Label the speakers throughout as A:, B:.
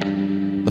A: The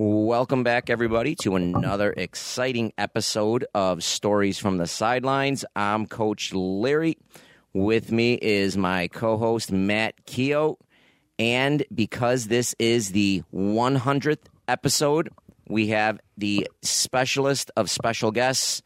B: Welcome back, everybody, to another exciting episode of Stories from the Sidelines. I'm Coach Larry. With me is my co host, Matt Keogh. And because this is the 100th episode, we have the specialist of special guests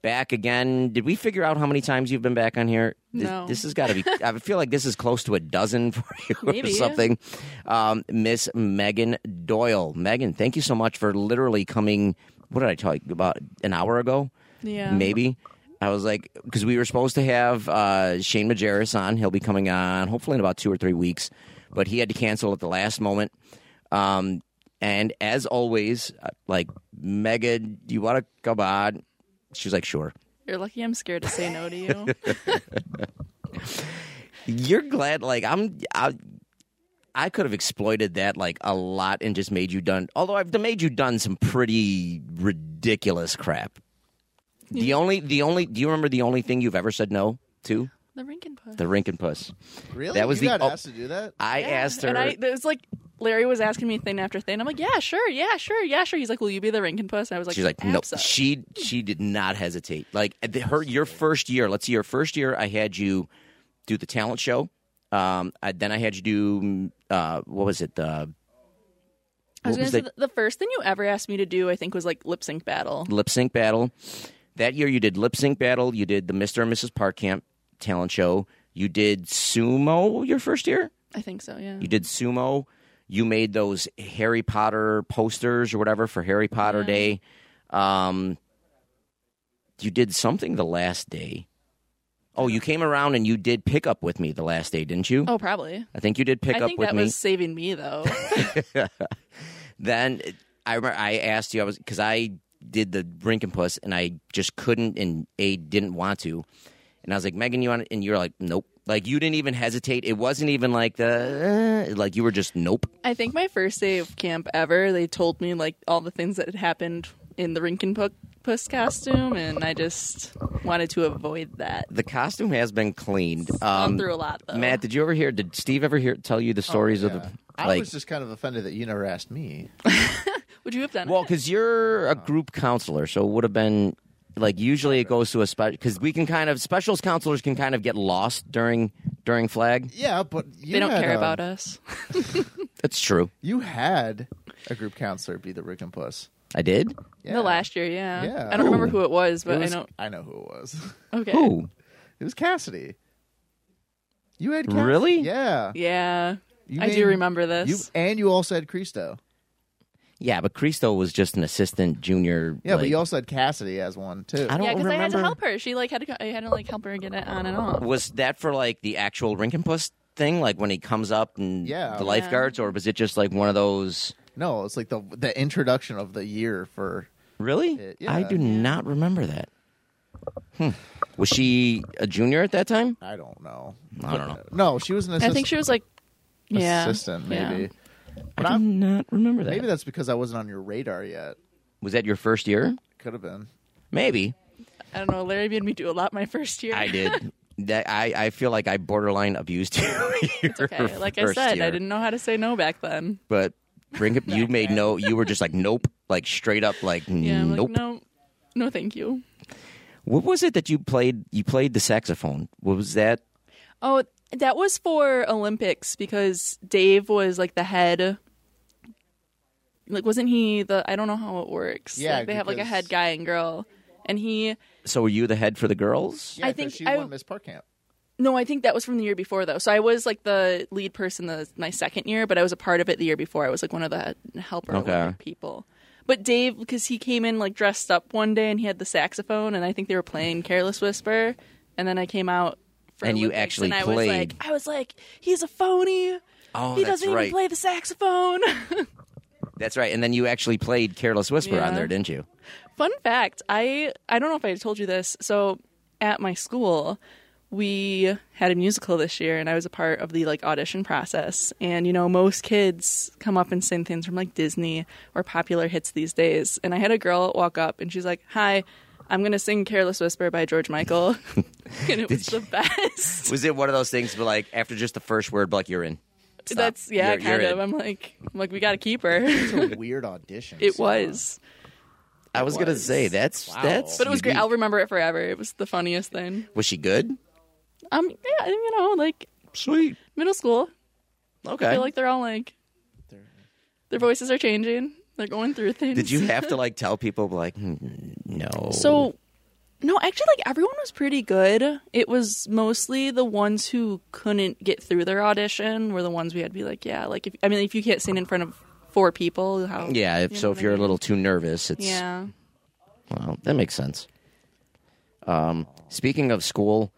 B: back again. Did we figure out how many times you've been back on here? This-
C: No.
B: This, has got to be, I feel like this is close to a dozen for you or
C: Maybe, yeah.
B: something. Um, Miss Megan Doyle. Megan, thank you so much for literally coming. What did I tell you about an hour ago?
C: Yeah.
B: Maybe. I was like, because we were supposed to have uh, Shane Majerus on. He'll be coming on hopefully in about two or three weeks, but he had to cancel at the last moment. Um, and as always, uh, like, Megan, do you want to come on? She was like, sure.
C: You're lucky I'm scared to say no to you.
B: You're glad, like I'm. I, I could have exploited that like a lot and just made you done. Although I've made you done some pretty ridiculous crap. The only, the only. Do you remember the only thing you've ever said no to?
C: the Rinkin Puss.
B: The Rinkin Puss.
D: Really?
B: That was
D: you
B: the-
D: got
B: oh.
D: asked to do that?
B: I asked her.
C: And I, it was like, Larry was asking me thing after thing. I'm like, yeah, sure, yeah, sure, yeah, sure. He's like, will you be the Rinkin Puss? And I was like,
B: She's like, no.
C: "Abso."
B: She she did not hesitate. Like at the- her your first year. Let's see, your first year, I had you do the talent show. Um, I, then I had you do mm, uh, what was it? Uh,
C: I was
B: what
C: gonna
B: was
C: say
B: the-
C: the, the first thing you ever asked me to do, I think, was like lip sync battle.
B: lip sync battle. That year you did lip sync battle. You did the Mr. and Mrs. Park Camp talent show. You did sumo your first year.
C: I think so, yeah.
B: You did sumo. You made those Harry Potter posters or whatever for Harry Potter Day. Um, you did something the last day. Oh, you came around and you did pick up with me the last day, didn't you?
C: Oh, probably.
B: I think you did pick
C: I
B: up
C: think
B: with
C: that
B: me.
C: was saving me though.
B: then I remember I asked you I was because I did the Rinkin Puss and I just couldn't and a didn't want to, and I was like Megan, you want it? And you're like nope. Like you didn't even hesitate. It wasn't even like the uh, like you were just nope.
C: I think my first day of camp ever, they told me like all the things that had happened in the Rinkin Pu- Puss costume, and I just wanted to avoid that.
B: The costume has been cleaned.
C: Gone
B: Um,
C: through a lot though.
B: Matt, did you ever hear? Did Steve ever hear tell you the stories of
D: Oh, Yeah.
B: the
D: I
B: like?
D: was just kind of offended that you never asked me.
C: would you have done
B: well,
C: it?
B: because you're a group counselor, so it would have been like usually it goes to a special because we can kind of specials counselors can kind of get lost during during flag.
D: Yeah, but you
C: They don't
D: had,
C: care
D: um,
C: about us.
B: That's true.
D: You had a group counselor be the Rick and Puss.
B: I did.
D: Yeah.
C: The last year, yeah.
D: Yeah.
C: I don't remember
B: Ooh.
C: who it was, but
D: It was-
C: I know.
D: I know who it was.
C: Okay.
B: Who?
D: It was Cassidy. You had Cassidy.
B: Really?
D: Yeah.
C: Yeah.
D: You
C: I
D: named-
C: do remember
D: You
C: this.
D: and you also had Cristo.
B: Yeah, but Cristo was just an assistant junior.
D: Yeah, but
B: like-
D: you also had Cassidy as one too.
B: I don't
C: yeah, because I had to
B: remember-
C: help her. She like had to. go- I had to like help her get it on and off.
B: was that for like the actual Rinkenpuss thing, like when he comes up and
D: Yeah.
B: the lifeguards, or was it just like one of those?
D: No, it's like the the introduction of the year for
B: Really?
D: It- Uh, yeah.
B: I do not remember that. Hmm. Was she a junior at that time?
D: I don't know.
B: I don't know.
D: No, she was an
C: I
D: assistant.
C: think she was like, yeah,
D: assistant
C: yeah.
D: maybe. But
B: I do
D: I'm,
B: not remember that.
D: maybe that's because I wasn't on your radar yet.
B: was that your first year?
D: Could have been.
B: Maybe
C: I don't know. Larry made me do a lot my first year.
B: I did. that I, I feel like I borderline abused you. It's
C: okay. Like I said, I didn't know how to say no back then.
B: But bring up, you made no. You were just like nope, like straight up, like
C: Yeah. I'm
B: nope.
C: Like, no, no, thank you.
B: What was it that you played? You played the saxophone. What was that?
C: Oh, that was for Olympics because Dave was like the head. Like, wasn't he the? I don't know how it works.
D: Yeah,
C: like, they have like a
D: because-
C: head guy and girl, and he.
B: So were you the head for the girls?
D: Yeah,
C: I
D: 'cause
C: think
D: she
C: I-
D: won Miss Park Camp.
C: No, I think that was from the year before though. So I was like the lead person the my second year, but I was a part of it the year before. I was like one of the helper
B: Okay.
C: Olympic people. But Dave, because he came in like dressed up one day and he had the saxophone, and I think they were playing "Careless Whisper," and then I came out for
B: And you
C: Olympics,
B: actually
C: and I
B: played.
C: was like, I was like, he's a phony.
B: Oh,
C: he
B: that's
C: doesn't
B: right.
C: even play the saxophone.
B: That's right. And then you actually played Careless Whisper on
C: Yeah.
B: there, didn't you?
C: Fun fact, I I don't know if I told you this. So at my school, we had a musical this year and I was a part of the like audition process. And you know, most kids come up and sing things from like Disney or popular hits these days. And I had a girl walk up and she's like, "Hi, I'm going to sing Careless Whisper by George Michael." and it was the best.
B: Was it one of those things, but like after just the first word, like you're in? Stop.
C: That's yeah,
B: You're-
C: kind
B: you're
C: of.
B: in.
C: I'm like, I'm like we got to keep her.
D: It's a weird audition.
C: it was.
B: I was gonna
D: was.
B: say that's
D: Wow.
B: that's.
C: But it was great.
B: unique.
C: I'll remember it forever. It was the funniest thing.
B: Was she good?
C: Um, yeah, you know, like
B: Sweet.
C: middle school, I
B: Okay.
C: feel like they're all like
D: They're-
C: their voices are changing. They're going through things.
B: Did you have to like tell people like "Hmm, no?
C: So no, actually like everyone was pretty good. It was mostly the ones who couldn't get through their audition were the ones we had to be like, yeah, like if I mean if you can't sing in front of four people, how
B: yeah. If,
C: you
B: so
C: know
B: if
C: what I
B: you're a
C: mean?
B: little too nervous, it's
C: Yeah.
B: Well, that makes sense. Um, speaking of school,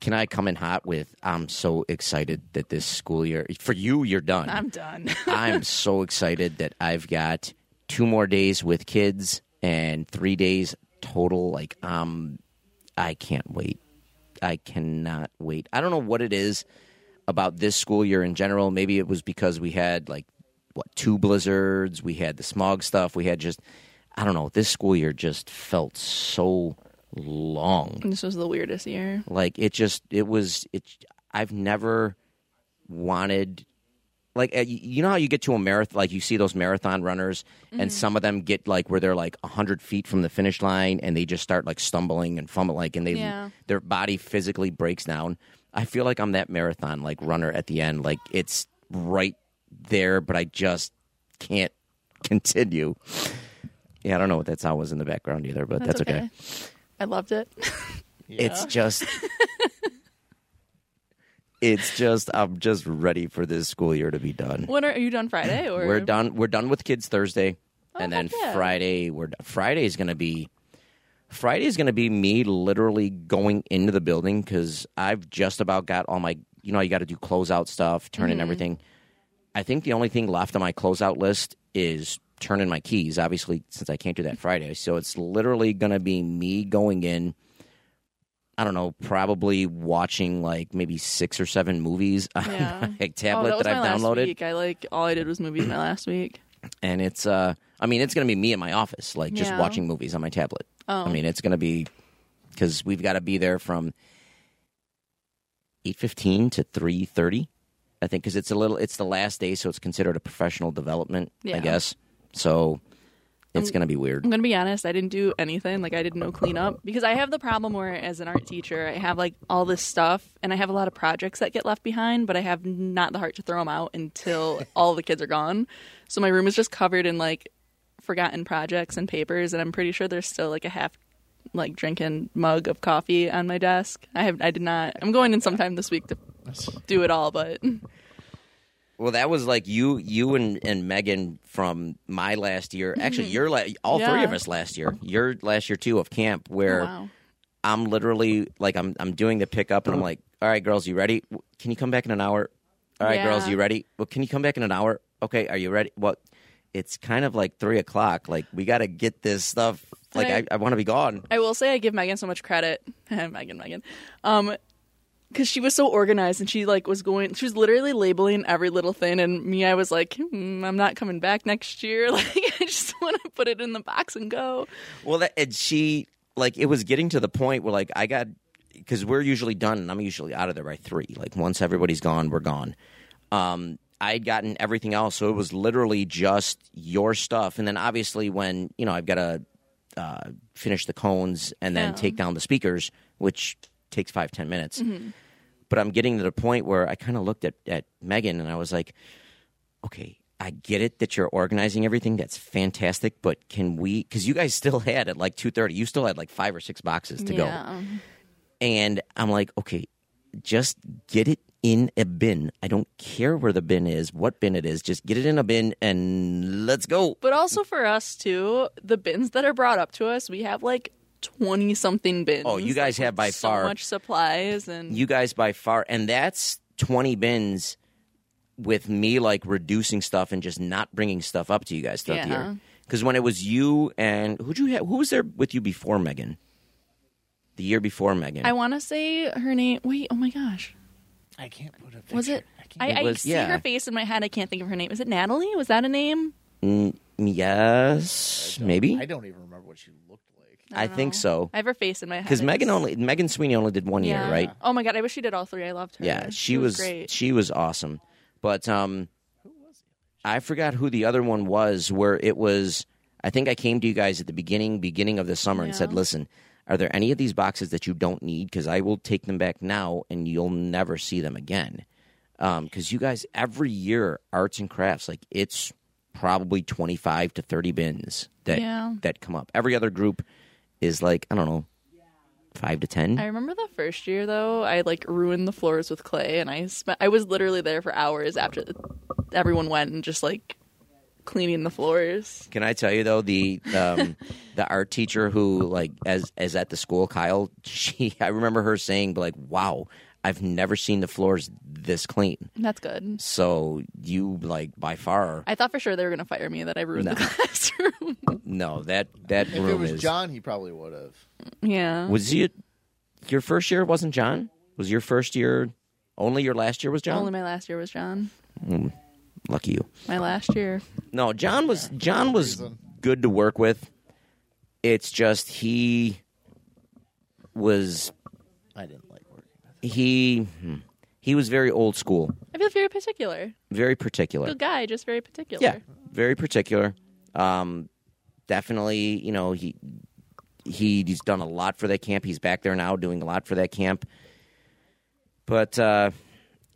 B: can I come in hot with I'm so excited that this school year for you you're done.
C: I'm done.
B: I'm so excited that I've got two more days with kids and 3 days total like um I can't wait. I cannot wait. I don't know what it is about this school year in general. Maybe it was because we had like what two blizzards, we had the smog stuff, we had just I don't know. This school year just felt so long
C: this was the weirdest year.
B: like it just it was it i've never wanted like uh, y- you know how you get to a marathon like you see those marathon runners and some of them get like where they're like 100 feet from the finish line and they just start like stumbling and fumbling like and they
C: Yeah.
B: their body physically breaks down i feel like i'm that marathon like runner at the end like it's right there but i just can't continue yeah i don't know what that sound was in the background either but that's, okay.
C: I loved it.
B: It's just It's just I'm just ready for this school year to be done.
C: when are, are you done Friday or
B: We're done we're done with kids Thursday and
C: Oh, heck
B: then
C: yeah.
B: Friday we're do- Friday's going to be Friday's going to be me literally going into the building cuz I've just about got all my you know you got to do closeout stuff, turn
C: Mm-hmm.
B: in everything. I think the only thing left on my closeout list is turn in my keys obviously since I can't do that Friday. So it's literally going to be me going in I don't know, probably watching like maybe six or seven movies on
C: Yeah.
B: my
C: Oh,
B: tablet
C: that was
B: that
C: my
B: I've
C: last
B: downloaded.
C: week. I like all I did was movies my last week.
B: And it's uh I mean it's gonna be me in my office, like just
C: Yeah.
B: watching movies on my tablet.
C: Oh.
B: I mean it's gonna be because we've gotta be there from eight fifteen to three thirty. I think because it's a little it's the last day, so it's considered a professional development, I
C: Yeah.
B: guess. So it's gonna be weird.
C: I'm gonna be honest. I didn't do anything. Like I did no cleanup because I have the problem where, as an art teacher, I have like all this stuff and I have a lot of projects that get left behind, but I have not the heart to throw them out until all the kids are gone. So my room is just covered in like forgotten projects and papers, and I'm pretty sure there's still like a half like drinking mug of coffee on my desk. I have I did not. I'm going in sometime this week to do it all, but
B: Well, that was like you, you and, and Megan from my last year. Actually, your la- all three
C: Mm-hmm. Yeah. Oh,
B: of us last year. Your last year too of camp, where
C: wow.
B: I'm literally like I'm I'm doing the pickup and I'm like, all right, girls, you ready? W- Can you come back in an hour? All right, girls,
C: Yeah.
B: you ready? Well, can you come back in an hour? Okay, are you ready? Well, it's kind of like three o'clock. Like we got to get this stuff. Like I,
C: Right.
B: I, want to be gone.
C: I will say I give Megan so much credit. Megan, Megan. Um because she was so organized and she like was going she was literally labeling every little thing and me I was like mm, I'm not coming back next year like I just want to put it in the box and go.
B: Well, that, and she like it was getting to the point where like I got because we're usually done and I'm usually out of there by three. Like once everybody's gone, we're gone. Um, I'd gotten everything else, so it was literally just your stuff. And then obviously when you know I've got to uh, finish the cones and then
C: Yeah.
B: take down the speakers, which takes five ten minutes.
C: Mm-hmm.
B: But I'm getting to the point where I kind of looked at at Megan and I was like, okay, I get it that you're organizing everything. That's fantastic, but can we? Because you guys still had at like two thirty. You still had like five or six boxes to go,
C: yeah.
B: and I'm like, okay, just get it in a bin. I don't care where the bin is, what bin it is. Just get it in a bin and let's go.
C: But also for us too, the bins that are brought up to us, we have like twenty something bins.
B: Oh, you guys have by
C: so
B: far-
C: much supplies and
B: you guys by far and that's 20 bins with me like reducing stuff and just not bringing stuff up to you guys throughout the
C: Yeah.
B: year because when it was you and who'd you have who was there with you before megan the year before megan
C: I want to say her name. Wait, oh my gosh,
D: I can't put a picture.
C: was it? I,
B: It
C: I
B: was-
C: see
B: yeah.
C: her face in my head. I can't think of her name. Is it Natalie? Was that a name?
B: Mm, yes maybe
D: I don't even remember what she looked like.
C: I
B: I
C: don't
B: think
C: know.
B: so.
C: I have her face in my head.
B: because
C: I
B: megan
C: just-
B: only megan sweeney only did one
C: Yeah.
B: year right
C: Oh my god, I wish she did all three. I loved her.
B: yeah she, was,
C: great.
B: she was awesome but um i forgot who the other one was where it was i think i came to you guys at the beginning beginning of the summer and said
C: Yeah.
B: listen are there any of these boxes that you don't need because i will take them back now and you'll never see them again because you guys every year arts and crafts like it's probably 25 to 30 bins that
C: Yeah.
B: that come up every other group is like i don't know five to ten
C: I remember the first year though, I like ruined the floors with clay, and I spent. I was literally there for hours after everyone went and just like cleaning the floors.
B: Can I tell you though the um, the art teacher who like as as at the school Kyle she I remember her saying like wow I've never seen the floors this clean
C: That's good.
B: so you like by far
C: I thought for sure they were gonna fire me that I ruined the classroom.
B: no that that
D: If
B: room
D: it was
B: is
D: John, he probably would have.
C: yeah.
B: was you your first year wasn't John was your first year only your last year was John
C: Only my last year was John.
B: lucky you
C: My last year.
B: No, John was John was good to work with. It's just he was
D: I didn't like working with him.
B: he hmm, he was very old school,
C: I feel very particular.
B: very particular.
C: Good guy, just very particular.
B: Yeah, very particular. Um, definitely, you know he he he's done a lot for that camp. He's back there now doing a lot for that camp. But uh,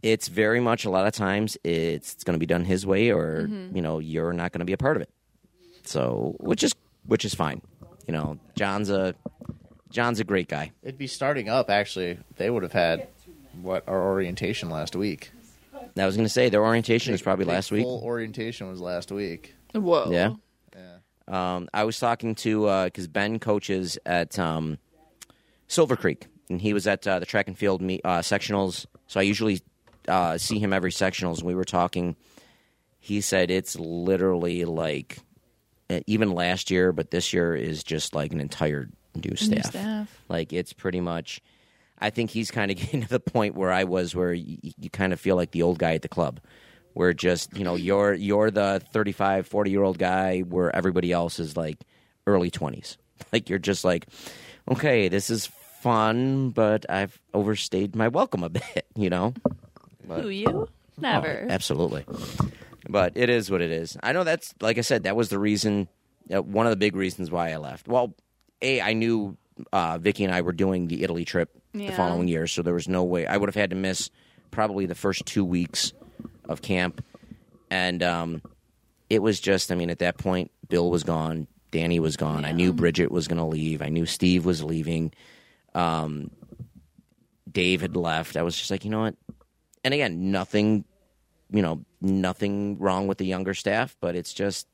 B: it's very much a lot of times it's, it's going to be done his way, or
C: Mm-hmm.
B: you know you're not going to be a part of it. So which is which is fine. You know John's a John's a great guy.
D: It'd be starting up, actually. They would have had, what, our orientation last week.
B: And I was going to say their orientation was probably
D: Big
B: last week.
D: Full orientation was last week.
C: Whoa.
B: Yeah.
D: Yeah.
B: Um, I was talking to because Ben coaches at um, Silver Creek, and he was at uh, the track and field meet, uh, sectionals. So I usually uh, see him every sectionals. And we were talking. He said it's literally like uh, even last year, but this year is just like an entire new staff.
C: staff.
B: Like it's pretty much. I think he's kind of getting to the point where I was, where you, you kind of feel like the old guy at the club, where just you know you're you're the 35, 40 year old guy, where everybody else is like early twenties. Like you're just like, okay, this is fun, but I've overstayed my welcome a bit, you know.
C: Who you?
B: Oh,
C: Never.
B: absolutely. But it is what it is. I know that's like I said. That was the reason. Uh, one of the big reasons why I left. Well, a I knew uh, Vicky and I were doing the Italy trip the
C: Yeah.
B: following year, so there was no way I would have had to miss probably the first two weeks of camp, and um, it was just. I mean, at that point, Bill was gone, Danny was gone. I knew Bridget was going to leave. I knew Steve was leaving. Dave had left. I was just like, you know what? And again, nothing, you know, nothing wrong with the younger staff, but it's just,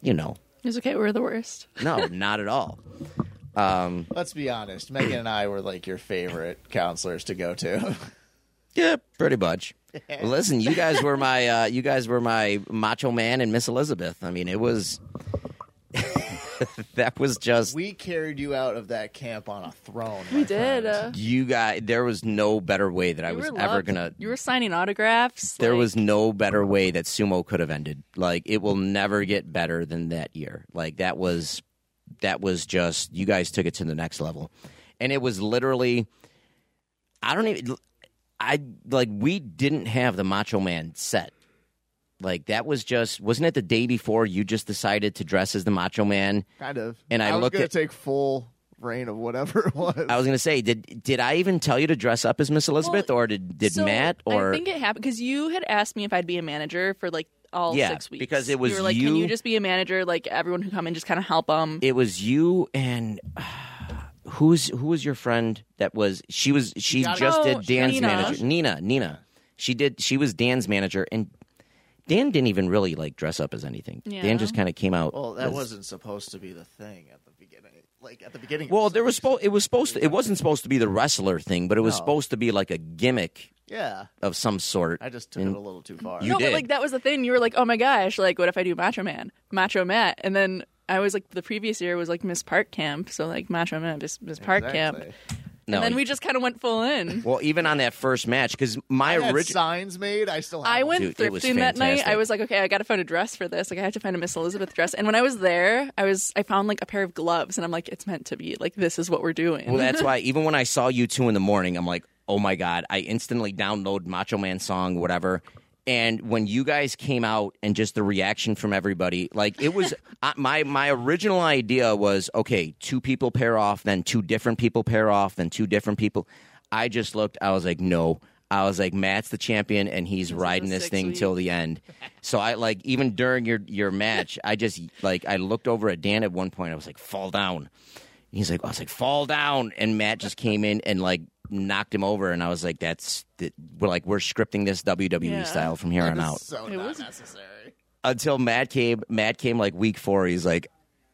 B: you know,
C: it's okay. We're the worst.
B: no, not at all.
D: Let's be honest. Megan and I were like your favorite counselors to go to.
B: Yeah, pretty much. Well, listen, you guys were my, uh, you guys were my macho man and Miss Elizabeth. I mean, it was, that was just
D: we carried you out of that camp on a throne.
C: We did. Uh,
B: you guys. There was no better way that I
C: you
B: was
C: were
B: ever
C: loved.
B: gonna.
C: You were signing autographs.
B: there
C: like-
B: was no better way that sumo could have ended. Like it will never get better than that year. Like that was that was just you guys took it to the next level. And it was literally I don't even I like we didn't have the Macho Man set. Like that was just wasn't it the day before you just decided to dress as the Macho Man?
D: Kind of.
B: And I
D: was
B: looked
D: gonna
B: at-
D: take full reign of whatever it was.
B: I was gonna say, did did I even tell you to dress up as Miss Elizabeth, or did did
C: So,
B: Matt or
C: I think it happened because you had asked me if I'd be a manager for like all
B: Yeah,
C: six weeks
B: because it was
C: you were like, can
B: you-
C: you just be a manager? Like everyone who come in, just kind of help them.
B: it was you and who's who was your friend that was she was she
D: gotta-
B: just
C: Oh,
B: did Dan's
C: Nina.
B: manager Nina Nina she did she was Dan's manager and Dan didn't even really like dress up as anything
C: Yeah.
B: Dan just kind of came out
D: well, that
B: as-
D: wasn't supposed to be the thing at the beginning. like at the beginning.
B: Well, there was spo- it was supposed to it wasn't supposed to be the wrestler thing, but it was
D: No.
B: supposed to be like a gimmick
D: yeah,
B: of some sort.
D: I just took
B: And-
D: it a little too far.
B: You
C: no,
B: did.
C: but like that was the thing. You were like, oh my gosh, like what if I do Macho Man, Macho Matt, and then I was like, the previous year was like Miss Park Camp, so like Macho Man, Miss, Miss Park Camp,
D: Exactly.
B: no,
C: and then we just kind of went full in.
B: well, even on that first match, because my
D: I had
B: original
D: signs made. I still. Have
C: I
D: them.
C: went
B: Um, Dude, it was
C: thrifting that night.
B: fantastic.
C: I was like, okay, I got to find a dress for this. Like, I have to find a Miss Elizabeth dress. And when I was there, I was I found like a pair of gloves, and I'm like, it's meant to be. Like, this is what we're doing.
B: Well, that's why even when I saw you two in the morning, I'm like, oh my god! I instantly download Macho Man song, whatever. And when you guys came out and just the reaction from everybody, like it was uh, my my original idea was okay, two people pair off, then two different people pair off, then two different people. I just looked, I was like, no. I was like, Matt's the champion, and he's riding this
C: six
B: thing
C: weeks.
B: till the end. So I like even during your your match, I just like I looked over at Dan at one point. I was like, fall down. He's like, I was like, fall down, and Matt just came in and like knocked him over, and I was like, that's the, we're like we're scripting this WWE
C: Yeah.
B: style from here on
D: This is
B: out
D: So
C: It
D: not
C: was-
D: necessary.
B: until Matt came. Matt came like week four. He's like,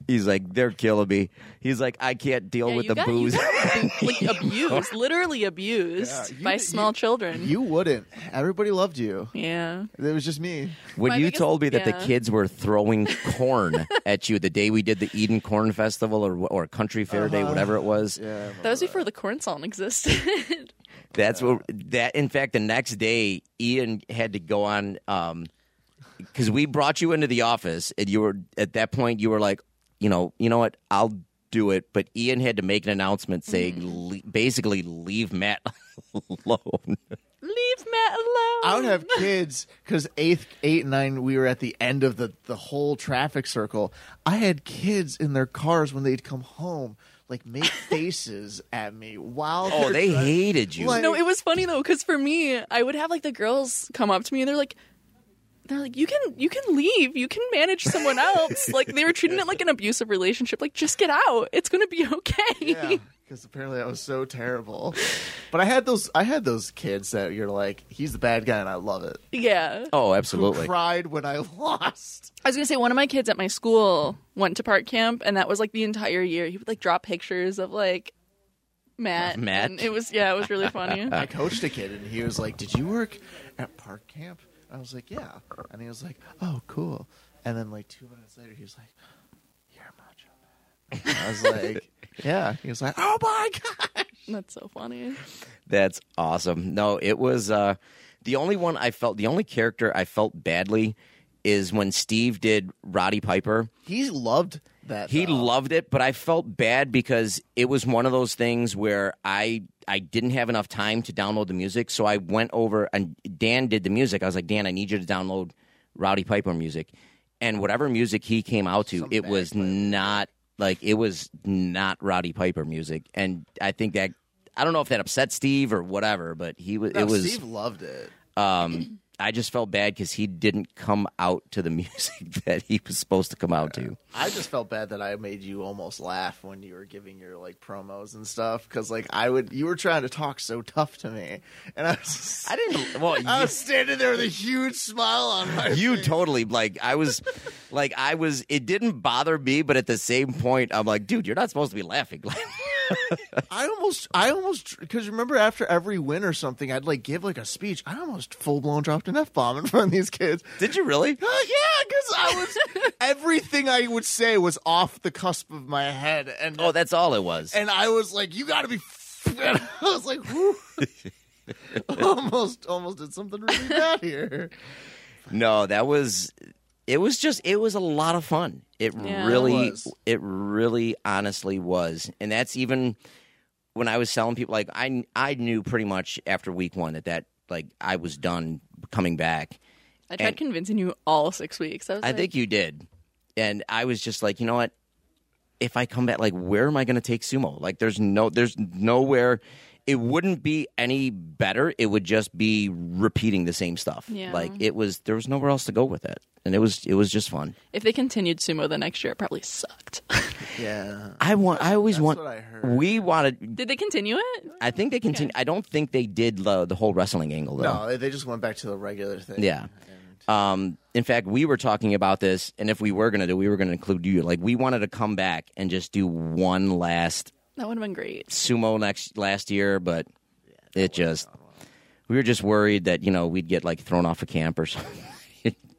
B: he's like, they're killing me. He's like, I can't deal
C: Yeah,
B: with
C: you
B: the
C: got- you
B: booze.
C: got, like abused, literally abused
D: Yeah, you-
C: by
D: you-
C: small children.
D: You wouldn't. Everybody loved you.
C: yeah.
D: It was just me.
B: when
C: My
B: you
C: biggest-
B: told me that the
C: yeah.
B: kids were throwing corn at you the day we did the Eden Corn Festival or or Country Fair Day,
C: Uh-huh.
B: whatever it was,
D: Yeah.
C: That was before the corn salt existed.
B: That's what that. In fact, the next day, Ian had to go on because we brought you into the office, and you were at that point. You were like, you know, you know what, I'll do it. But Ian had to make an announcement saying, le- basically, leave Matt alone.
C: Leave Matt alone.
D: I would have kids because eighth, eight, and nine, we were at the end of the, the whole traffic circle. I had kids in their cars when they'd come home, like make faces at me while.
B: Oh,
D: they're
B: they
D: driving.
B: hated you.
D: Like-
C: No, it was funny though, because for me, I would have like the girls come up to me and they're like, they're like, you can you can leave, you can manage someone else. like they were treating it like an abusive relationship. Like just get out, it's gonna be okay.
D: Yeah, because apparently I was so terrible. But I had those. I had those kids that you're like, he's the bad guy, and I love it.
C: Yeah.
B: oh,
D: Who
B: absolutely.
D: cried when I lost.
C: I was gonna say one of my kids at my school went to park camp, and that was like the entire year. He would like drop pictures of like Matt.
B: Matt?
C: and it was yeah, it was really funny.
B: Ah.
D: I coached a kid, and he was like, "Did you work at park camp?" I was like, "Yeah," and he was like, "Oh, cool." And then like two minutes later, he was like, "You're macho." Man." I was like, "Yeah." He was like, "Oh my god!"
C: That's so funny.
B: That's awesome. No, it was uh, the only one I felt. The only character I felt badly is when Steve did Roddy Piper.
D: He loved that.
B: He
D: though.
B: loved it, but I felt bad because it was one of those things where I I didn't have enough time to download the music, so I went over and Dan did the music. I was like, Dan, I need you to download Rowdy Piper music, and whatever music he came out to, it was not like it was not Rowdy Piper music, and I think that. I don't know if that upset Steve or whatever, but he was.
D: No,
B: it was.
D: Steve loved it.
B: Um, I just felt bad because he didn't come out to the music that he was supposed to come out to.
D: I just felt bad that I made you almost laugh when you were giving your like promos and stuff because like I would you were trying to talk so tough to me and I was just,
B: I didn't. Well,
D: I
B: you-
D: was standing there with a huge smile on my
B: you
D: face.
B: totally like i was like i was it didn't bother me but at the same point i'm like dude you're not supposed to be laughing like
D: I almost, I almost, because remember after every win or something, I'd like give like a speech. I almost full blown dropped an f bomb in front of these kids.
B: did you really
D: Uh, yeah, because I was everything I would say was off the cusp of my head, and
B: oh that's all it was
D: and I was like, you got to be. f-" And I was like, whew. almost, almost did something really bad here.
B: no that was it was just it was a lot of fun it
C: Yeah.
B: really
D: It was.
B: it really honestly was and that's even when i was selling people like i i knew pretty much after week one that that like i was done coming back
C: I tried
B: And-
C: convincing you all six weeks. I was
B: I
C: like,
B: think you did. And I was just like, you know what? If I come back, like, where am I going to take sumo? Like, there's no, there's nowhere. It wouldn't be any better. It would just be repeating the same stuff.
C: Yeah.
B: Like, it was, there was nowhere else to go with it. And it was, it was just fun.
C: if they continued sumo the next year, it probably sucked.
D: Yeah,
B: I want, I always want,
D: what I heard.
B: we wanted,
C: Did they continue it?
B: I think they continue, I don't think they did the, the whole wrestling angle though.
D: no, they just went back to the regular thing.
B: Yeah.
D: And-
B: Um, in fact, we were talking about this, and if we were going to do, we were going to include you. Like, we wanted to come back and just do one last
C: That would have been great.
B: sumo next last year, but it just we were just worried that you know we'd get like thrown off a camp or something.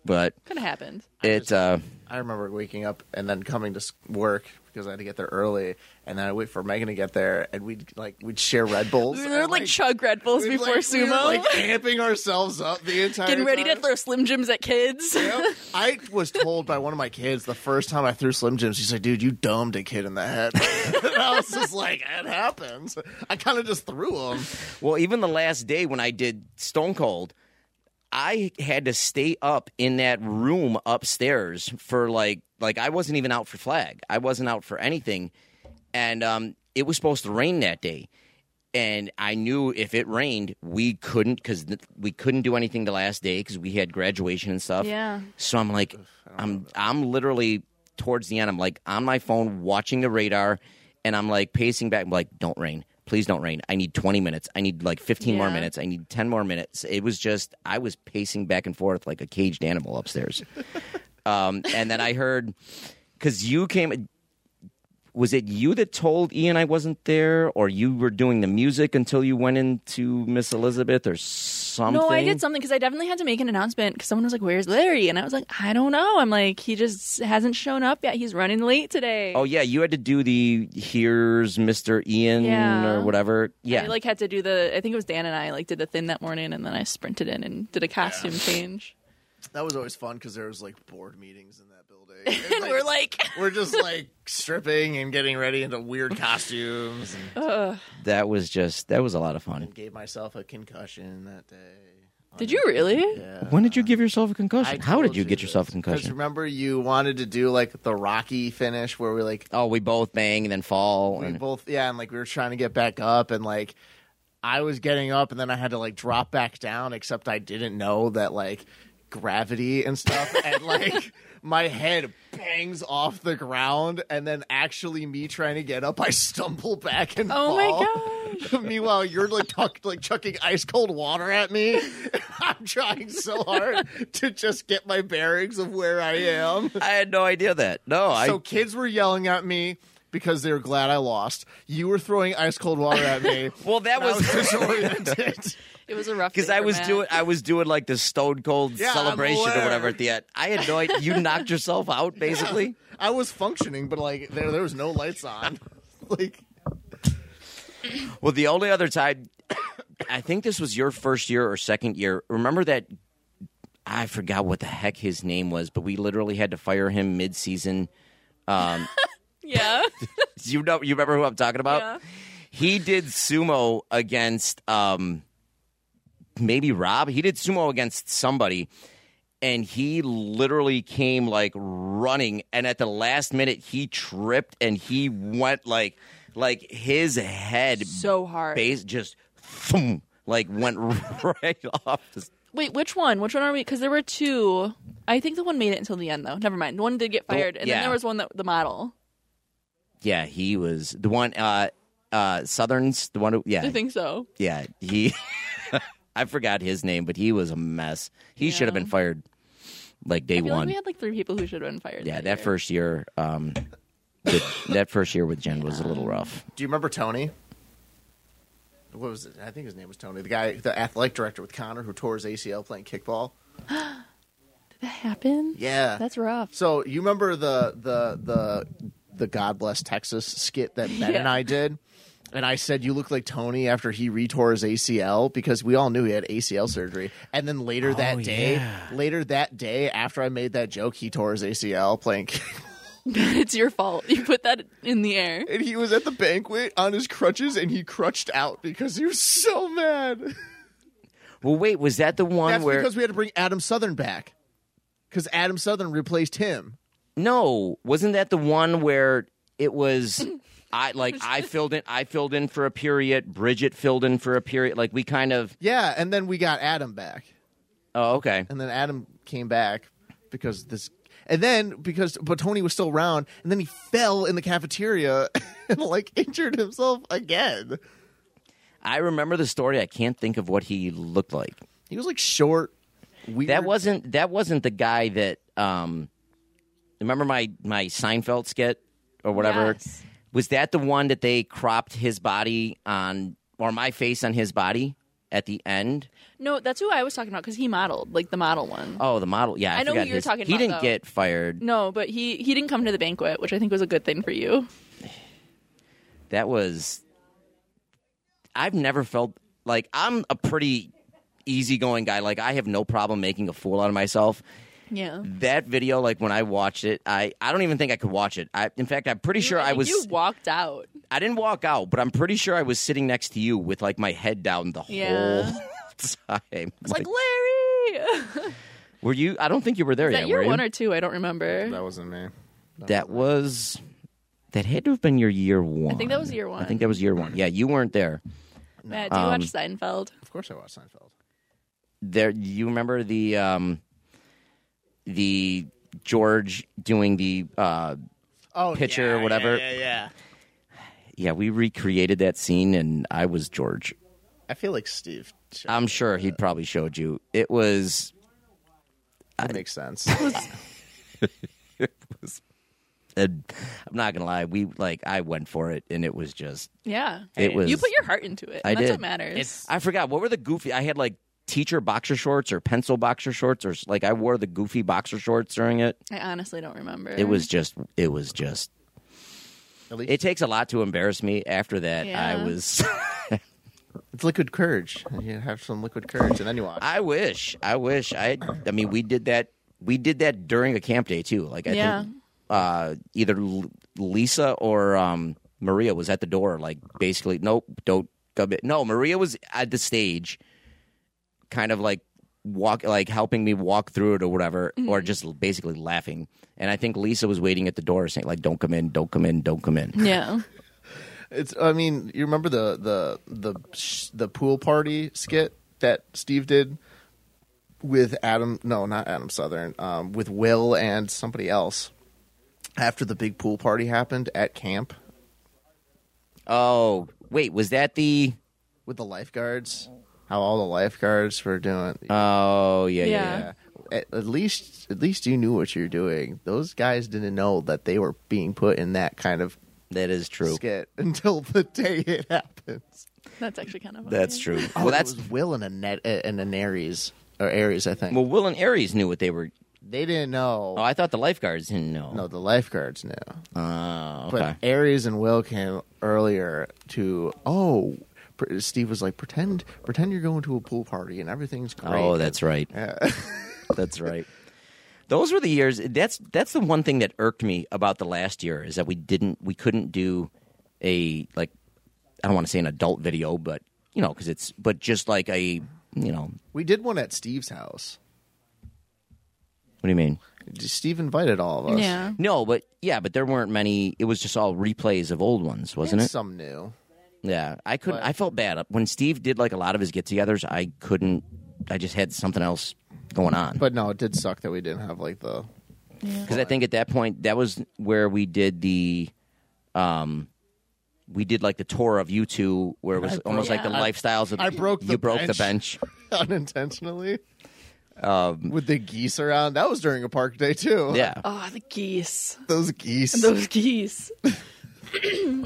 B: but
C: Could have happened.
B: it's uh,
D: I remember waking up and then coming to s- work because I had to get there early, and then I wait for Megan to get there, and we'd like we'd share Red Bulls.
C: We
D: and,
C: were like chug Red Bulls
D: we'd,
C: before
D: like- we
C: sumo,
D: were, like amping ourselves up the entire
C: getting ready to
D: time.
C: throw Slim Jims at kids.
D: Yep. I was told by one of my kids the first time I threw Slim Jims, he's like, dude, you dumbed a kid in the head. and I was just like, it happens. I kind of just threw him.
B: well, even the last day when I did Stone Cold, I had to stay up in that room upstairs for like like I wasn't even out for flag. I wasn't out for anything, and um, it was supposed to rain that day. And I knew if it rained, we couldn't because we couldn't do anything the last day because we had graduation and stuff.
C: Yeah.
B: So I'm like, I'm I'm literally towards the end. I'm like on my phone watching the radar, and I'm like pacing back. I'm like, don't rain, please don't rain. I need 20 minutes. I need like 15 more
C: Yeah.
B: minutes. I need 10 more minutes. It was just I was pacing back and forth like a caged animal upstairs. um, and then I heard because you came. Was it you that told Ian I wasn't there, or you were doing the music until you went into Miss Elizabeth, or something?
C: No, I did something because I definitely had to make an announcement because someone was like, "Where's Larry?" and I was like, "I don't know." I'm like, "He just hasn't shown up yet. He's running late today."
B: Oh yeah, you had to do the here's Mr. Ian
C: Yeah.
B: or whatever. Yeah.
C: I like had to do the. I think it was Dan and I like did a thing that morning, and then I sprinted in and did a costume change.
D: That was always fun because there was like board meetings in that building.
C: And we're like,
D: we're just like stripping and getting ready into weird costumes. And
C: Ugh.
B: that was just that was a lot of fun.
D: gave myself a concussion that day.
C: "Did you really?"
D: Yeah.
B: When did you give yourself a concussion?
D: I
B: How did
D: told
B: you get
D: this.
B: yourself a
D: 'Cause
B: concussion?
D: remember, you wanted to do like the Rocky finish where we like
B: Oh, we both bang and then fall.
D: we
B: and-
D: both yeah and like we were trying to get back up and like i was getting up and then i had to like drop back down except i didn't know that like gravity and stuff and like my head bangs off the ground and then actually me trying to get up i stumble back and
C: Oh my
D: fall. meanwhile you're like tuck, like chucking ice cold water at me i'm trying so hard to just get my bearings of where i am
B: I had no idea that. No,
D: so
B: I
D: kids were yelling at me because they were glad I lost. You were throwing ice cold water at me.
B: Well, that
D: And I
B: was-
D: disoriented.
C: It was a rough
B: because
C: day
B: I
C: for
B: was
C: Matt.
B: doing I was doing like this stone cold
D: Yeah, I'm
B: celebration or
D: aware.
B: whatever at the end. I had no idea you knocked yourself out basically.
D: I was functioning, but like there there was no lights on. like
B: Well, the only other time, I think this was your first year or second year. Remember that? I forgot what the heck his name was, but we literally had to fire him mid-season.
C: Yeah,
B: You know, you remember who I'm talking about?
C: Yeah.
B: He did sumo against um, maybe Rob. He did sumo against somebody, and he literally came like running. And at the last minute, he tripped and he went like like his head
C: so hard.
B: base just thump, like went right off. Just-
C: Wait, which one? Which one are we? Because there were two. I think the one made it until the end, though. Never mind. One did get
B: The-
C: fired, and
B: yeah.
C: then there was one that the model.
B: yeah, he was the one. Uh, uh, Southerns, the one who, yeah,
C: I think so.
B: yeah, he. I forgot his name, but he was a mess. He should have
C: Yeah.
B: been fired like day
C: I feel like
B: one.
C: we had like three people who should have been fired.
B: yeah,
C: year.
B: that first year, um, with, that first year with Jen was a little rough.
D: do you remember Tony? What was it? I think his name was Tony. The guy the athletic director with Connor who tore his ACL playing kickball.
C: Did that happen?
D: Yeah.
C: That's rough.
D: So you remember the the the the God Bless Texas skit that Ben and
C: Yeah.
D: I did? And I said you look like Tony after he retore his ACL because we all knew he had ACL surgery. And then later that day, later that day after I made that joke, he tore his ACL playing.
C: it's your fault. You put that in the air.
D: and he was at the banquet on his crutches and he crutched out because he was so mad.
B: Well, wait, was that the one
D: That's
B: where?
D: because we had to bring Adam Southern back because Adam Southern replaced him.
B: No, wasn't that the one where it was I like I filled in I filled in for a period, Bridget filled in for a period. Like we kind of
D: Yeah, and then we got Adam back.
B: Oh, okay.
D: and then Adam came back because this, and then because but Tony was still around, and then he fell in the cafeteria and like injured himself again.
B: I remember the story. I can't think of what he looked like.
D: He was like short, We
B: that
D: were-
B: wasn't that wasn't the guy that um remember my my Seinfeld skit or whatever?
C: Yes.
B: Was that the one that they cropped his body on or my face on his body at the end?
C: No, that's who I was talking about because he modeled, like the model one.
B: Oh, the model. Yeah, I,
C: I know who
B: forgot
C: you're
B: his-
C: talking
B: He
C: about,
B: didn't
C: though.
B: get fired.
C: No, but he he didn't come to the banquet, which I think was a good thing for you.
B: That was I've never felt like I'm a pretty easygoing guy. Like I have no problem making a fool out of myself.
C: Yeah.
B: That video, like when I watched it, I, I don't even think I could watch it. I in fact I'm pretty sure I
C: think
B: was
C: You walked out.
B: I didn't walk out, but I'm pretty sure I was sitting next to you with like my head down the
C: Yeah.
B: whole time.
C: It's like Larry.
B: were you? I don't think you were there
C: Is
B: yet.
C: that
B: were
C: year
B: you?
C: one or two? I don't remember.
E: That wasn't me.
B: that was that had to have been your year one.
C: I think that was year one.
B: I think that was year one. Yeah, you weren't there.
C: Matt, do you watch
B: Um,
C: Seinfeld?
E: Of course, I watched Seinfeld.
B: There, you remember the um the George doing the uh
D: oh,
B: pitcher or whatever.
D: Yeah, yeah, yeah.
B: yeah, we recreated that scene, and I was George.
D: I feel like Steve. Ch-
B: I'm sure he probably showed you. It was
D: Uh,
E: That makes sense.
B: and I'm not gonna lie, we like I went for it, and it was just
C: Yeah.
B: It was-
C: You put your heart into it.
B: I
C: and that's
B: did.
C: what matters.
B: I forgot what were the goofy. I had like teacher boxer shorts or pencil boxer shorts, or like I wore the goofy boxer shorts during it.
C: I honestly don't remember.
B: It was just, it was just.
D: At least-
B: It takes a lot to embarrass me. After that, I
C: Yeah.
B: was.
D: it's liquid courage. You have some liquid courage, and then you watch.
B: I wish. I wish. I. I mean, we did that. We did that during a camp day too. Like I
C: Yeah.
B: think uh, either L- Lisa or um, Maria was at the door. Like basically, nope, don't come in. No, Maria was at the stage, kind of like walk, like helping me walk through it or whatever, or just basically laughing. And I think Lisa was waiting at the door, saying like, "Don't come in, don't come in, don't come in."
C: Yeah.
D: It's. I mean, you remember the the the sh- the pool party skit that Steve did with Adam? No, not Adam Southern. Um, with Will and somebody else after the big pool party happened at camp
B: Oh, wait, was that the?
D: with the lifeguards. How all the lifeguards were doing.
B: Oh yeah, yeah. yeah.
C: Yeah.
D: yeah. At, at least, at least you knew what you were doing. Those guys didn't know that they were being put in that kind of
B: That is true.
D: skit until the day it happens.
C: That's actually kind of.
B: That's
C: funny.
B: true.
D: Oh,
B: well, that's
D: it was Will and a net and an Aries or Aries, I think.
B: Well, Will and Aries knew what they were.
D: they didn't know.
B: Oh, I thought the lifeguards didn't know.
D: no, the lifeguards knew,
B: Oh,
D: but
B: okay.
D: Aries and Will came earlier to. Oh, pr- Steve was like, pretend, pretend you're going to a pool party and everything's great.
B: oh, that's right. that's right. Those were the years. That's that's the one thing that irked me about the last year is that we didn't we couldn't do a like I don't want to say an adult video, but you know because it's but just like a you know
D: we did one at Steve's house.
B: what do you mean?
D: Steve invited all of us.
C: Yeah.
B: No, but yeah, but there weren't many. It was just all replays of old ones, wasn't
D: And
B: it?
D: Some new.
B: Yeah, I couldn't. I felt bad when Steve did like a lot of his get-togethers. I couldn't. I just had something else going on.
D: But no, it did suck that we didn't have like the
B: because I think at that point that was where we did the, um, we did like the tour of you two, where it was almost like the
C: Yeah.
B: lifestyles of
D: I broke the
B: you broke the bench.
D: bench. unintentionally with the geese around. That was during a park day too.
B: Um, Yeah,
C: Oh, the geese.
D: those geese.
C: Those geese.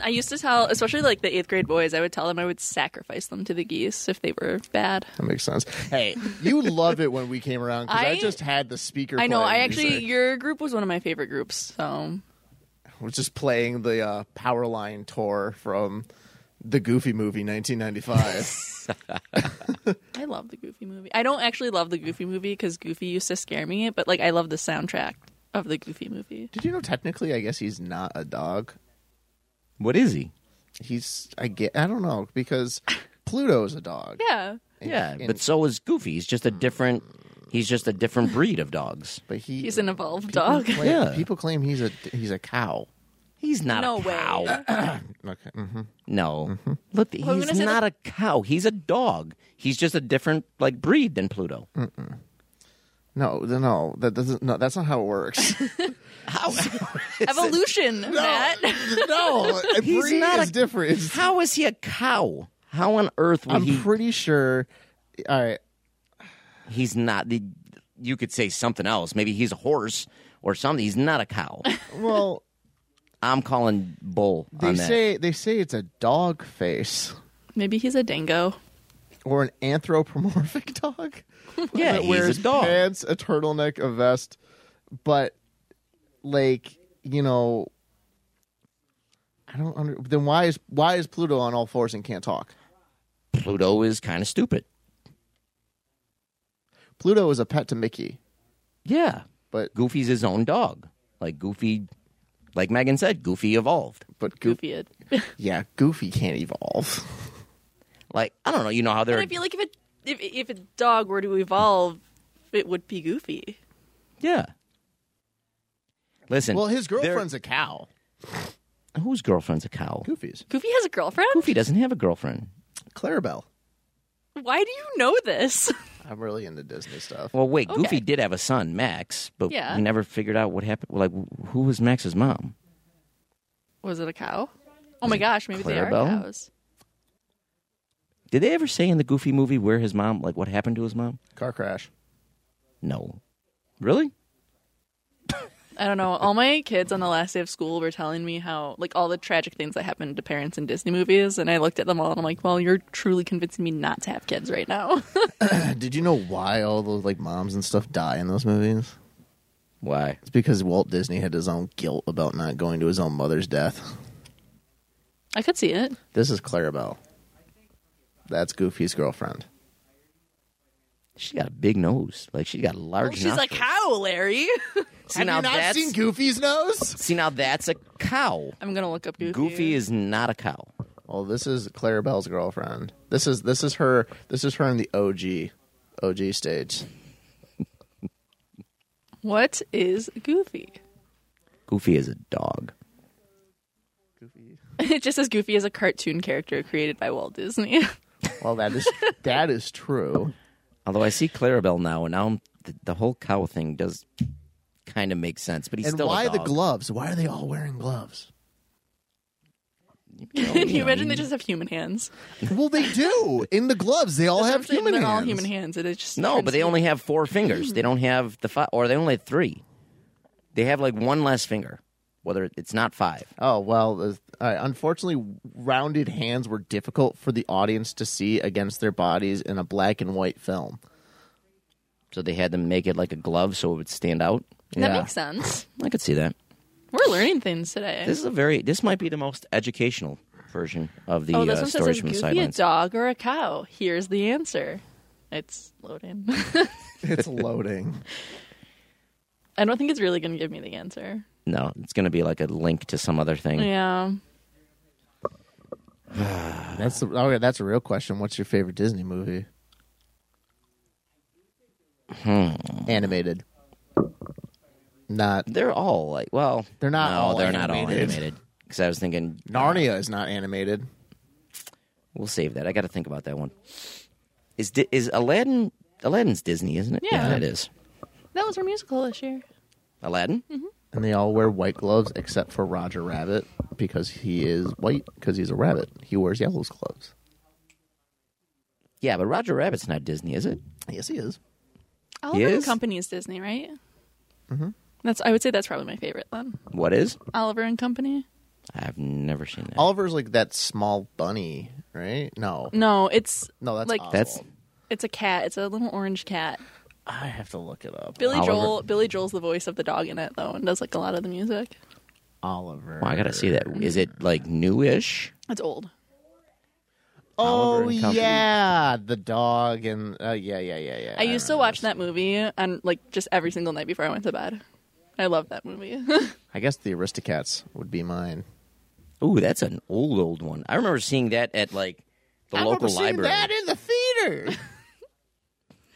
C: I used to tell, especially like the eighth grade boys, I would tell them I would sacrifice them to the geese if they were bad.
D: that makes sense. Hey, you love it when we came around because I,
C: I-
D: just had the speaker.
C: I know. I
D: playing
C: actually,
D: music.
C: your group was one of my favorite groups. So
D: was just playing the uh, Powerline tour from the Goofy movie, 1995.
C: I love the Goofy movie. I don't actually love the Goofy movie because Goofy used to scare me, but like I love the soundtrack of the Goofy movie.
D: Did you know? Technically, I guess he's not a dog.
B: what is he?
D: He's I get I don't know because Pluto's a dog.
C: Yeah.
D: And-
B: yeah,
D: and-
B: but so is Goofy. He's just a different. He's just a different breed of dogs.
D: but he
C: He's an evolved
D: people
C: dog.
D: Claim,
B: Yeah.
D: people claim he's a he's a cow.
B: He's not
C: No
B: a
C: way.
B: cow.
D: Okay. mm-hmm.
B: No, look,
C: I'm
B: he's
C: gonna say
B: not a cow. He's a dog. He's just a different like breed than Pluto.
D: Mm. No, th- no, that doesn't. No, that's not how it works.
B: How,
C: Evolution, Matt. Oh,
D: no, a
B: He's
D: breed
B: not
D: is
B: a-
D: different.
B: how is he a cow? How on earth would
D: I'm
B: he?
D: pretty sure. All right,
B: He's not. The, you could say something else. Maybe he's a horse or something. He's not a cow.
D: Well,
B: I'm calling bull
D: they
B: on that.
D: say they say it's a dog face
C: Maybe he's a dingo.
D: or an anthropomorphic dog.
B: yeah,
D: that
B: he's
D: wears
B: a dog.
D: pants, a turtleneck, a vest, but like you know, I don't under. Then why is why is Pluto on all fours and can't talk?
B: Pluto is kind of stupid.
D: Pluto is a pet to Mickey,
B: Yeah,
D: but
B: Goofy's his own dog. Like Goofy, like Megan said, Goofy evolved.
D: but Goofy,
C: Goofy. it.
D: yeah, Goofy can't evolve.
B: Like I don't know. You know how they're
C: I feel like if it if if a dog were to evolve, it would be Goofy.
B: yeah. Listen,
D: well, his
B: they're-
D: girlfriend's a cow.
B: whose girlfriend's a cow?
D: Goofy's
C: Goofy has a girlfriend.
B: Goofy doesn't have a girlfriend.
D: Clarabelle.
C: Why do you know this?
D: I'm really into Disney stuff.
B: Well, wait,
C: Okay.
B: Goofy did have a son, Max, but
C: Yeah.
B: we never figured out what happened. Like, who was Max's mom?
C: Was it a cow? Oh my gosh, maybe they are
B: Clarabelle?
C: cows.
B: Did they ever say in the Goofy movie where his mom, like, what happened to his mom?
D: Car crash.
B: No. Really?
C: I don't know. All my kids on the last day of school were telling me how, like, all the tragic things that happened to parents in Disney movies. And I looked at them all and I'm like, well, you're truly convincing me not to have kids right now.
D: Did you know why all those like moms and stuff die in those movies?
B: Why?
D: It's because Walt Disney had his own guilt about not going to his own mother's death.
C: I could see it.
D: This is Clarabelle. That's Goofy's girlfriend.
B: She got a big nose. Like, she got a large
C: She's a
B: nostrils.
C: cow, Larry.
B: See, now that's,
D: Goofy's nose?
B: see, now that's a cow.
C: I'm going to look up Goofy.
B: Goofy is not a cow.
D: Well, this is Clarabelle's girlfriend. This is this is her this is her in the OG OG stage.
C: What is Goofy?
B: Goofy is a dog.
C: It just says Goofy is a cartoon character created by Walt Disney.
D: Well, that is that is true.
B: Although I see Clarabelle now, and now I'm, the, the whole cow thing does kind of make sense, but he's
D: and
B: still
D: why
B: a
D: the
B: dog.
D: gloves? Why are they all wearing gloves?
B: You know,
C: Can
B: you
C: you
B: know,
C: imagine
B: he-
C: they just have human hands?
D: Well, they do. In the gloves, they all
C: That's what I'm
D: have
C: saying,
D: human
C: They're
D: hands.
C: all human hands. It is just
B: No, but they only have four fingers. They don't have the five, or they only have three. They have like one less finger. Whether it's not five,
D: Oh well, uh, all right. unfortunately, rounded hands were difficult for the audience to see against their bodies in a black and white film.
B: so they had to make it like a glove so it would stand out.
C: That
D: Yeah.
C: makes sense.
B: I could see that.
C: We're learning things today.
B: This is a very. This might be the most educational version of the
C: oh, this
B: uh,
C: one says
B: stories
C: is
B: from
C: Goofy
B: the
C: a
B: sidelines.
C: dog or a cow? Here's the answer. It's loading.
D: It's loading.
C: I don't think it's really going to give me the answer.
B: No, it's going to be like a link to some other thing.
C: Oh, Yeah.
D: that's the, okay. That's a real question. What's your favorite Disney movie? Animated. Not
B: They're all like, well,
D: They're not
B: No,
D: all
B: they're not all
D: animated.
B: animated. Because I was thinking,
D: Narnia is not animated.
B: we'll save that. I got to think about that one. Is Di- is Aladdin? Aladdin's Disney, isn't it?
C: Yeah.
B: it is.
C: That was her musical this year.
B: Aladdin.
D: And they all wear white gloves except for Roger Rabbit because he is white because he's a rabbit. He wears yellow gloves.
B: Yeah, but Roger Rabbit's not Disney, is it?
D: Yes, he is.
C: Oliver
B: Yes.
C: and Company is Disney, right? Mm-hmm. That's. I would say that's probably my favorite then.
B: What is?
C: Oliver and Company.
B: I've never seen that.
D: Oliver's like that small bunny, right? No,
C: No, it's
D: no, that's
C: like
B: That's
D: Oswald.
C: it's a cat. It's a little orange cat.
D: I have to look it up.
C: Billy
B: Oliver-
C: Joel. Billy Joel's the voice of the dog in it though, and does like a lot of the music.
D: Oliver.
B: well, I gotta see that. Is it like newish?
C: It's old.
D: Oh
B: Oliver and Company.
D: yeah, the dog and uh, yeah, yeah, yeah, yeah.
C: I used to watch that movie and like just every single night before I went to bed. I love that movie.
D: I guess the Aristocats would be mine.
B: Ooh, that's an old old one. I remember seeing that at like the local library.
D: in the theater.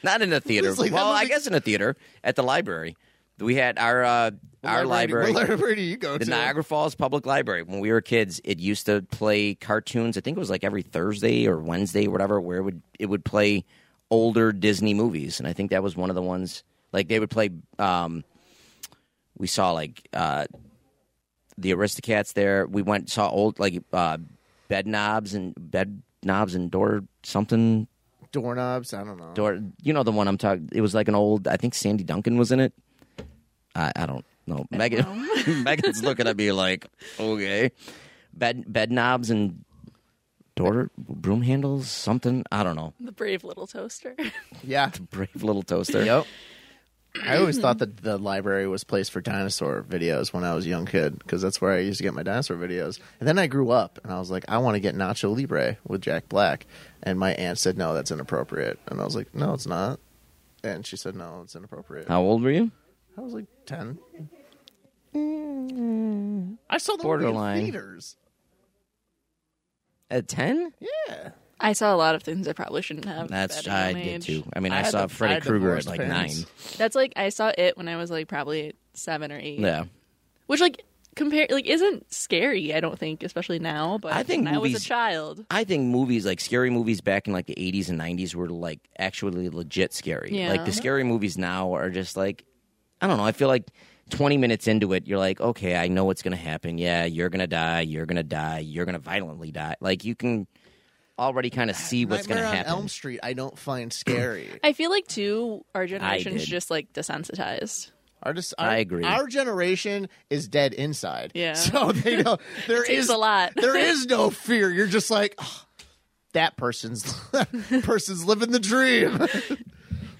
B: Not in a theater.
D: It's like that
B: well, I
D: movie-
B: guess in a theater at the library. We had our uh, our library.
D: What library do you go
B: The
D: to?
B: Niagara Falls Public Library. When we were kids, it used to play cartoons. I think it was like every Thursday or Wednesday or whatever, where it would it would play older Disney movies, and I think that was one of the ones. Like they would play. Um, we saw like uh, the Aristocats there. We went and saw old like uh, bed knobs and bed knobs and door something
D: doorknobs. I don't know.
B: Door, you know the one I'm talking. It was like an old. I think Sandy Duncan was in it. I, I don't know. Megan, Megan's looking at me like, okay, bed bed knobs and door broom handles, something. I don't know.
C: The brave little toaster.
D: yeah.
B: Brave little toaster.
D: Yep. I always thought that the library was placed for dinosaur videos when I was a young kid because that's where I used to get my dinosaur videos. And then I grew up and I was like, I want to get Nacho Libre with Jack Black. And my aunt said, No, that's inappropriate. And I was like, No, it's not. And she said, No, it's inappropriate.
B: How old were you?
D: I was like 10. I saw the
B: Borderline.
D: Borderline. theaters.
B: At ten?
D: Yeah.
C: I saw a lot of things I probably shouldn't have. at
B: That's
C: a
B: I
C: young
B: did
C: age.
B: too. I mean, I,
D: I had
B: saw
D: the- I
B: Freddy
D: had
B: Krueger at
D: divorced
B: like
D: parents.
C: That's like I saw it when I was like probably seven or eight.
B: nine. Yeah.
C: Which like compare like isn't scary. I don't think, especially now. But
B: I think
C: when I was
B: movies-
C: a child.
B: I think movies like scary movies back in like the 80s and 90s were like actually legit scary.
C: Yeah.
B: Like the scary movies now are just like I don't know, I feel like 20 minutes into it you're like, "Okay, I know what's going to happen. Yeah, you're going to die, you're going to die, you're going to violently die." Like you can already kind of see what's going to
D: Nightmare on
B: happen.
D: Elm Street, I don't find scary.
C: I feel like too our generation's
B: did.
C: just like desensitized.
D: Our, just, our,
B: I agree.
D: Our generation is dead inside.
C: Yeah.
D: So they don't. There
C: takes
D: is
C: a lot.
D: There is no fear. You're just like "Oh, that person's that person's living the dream.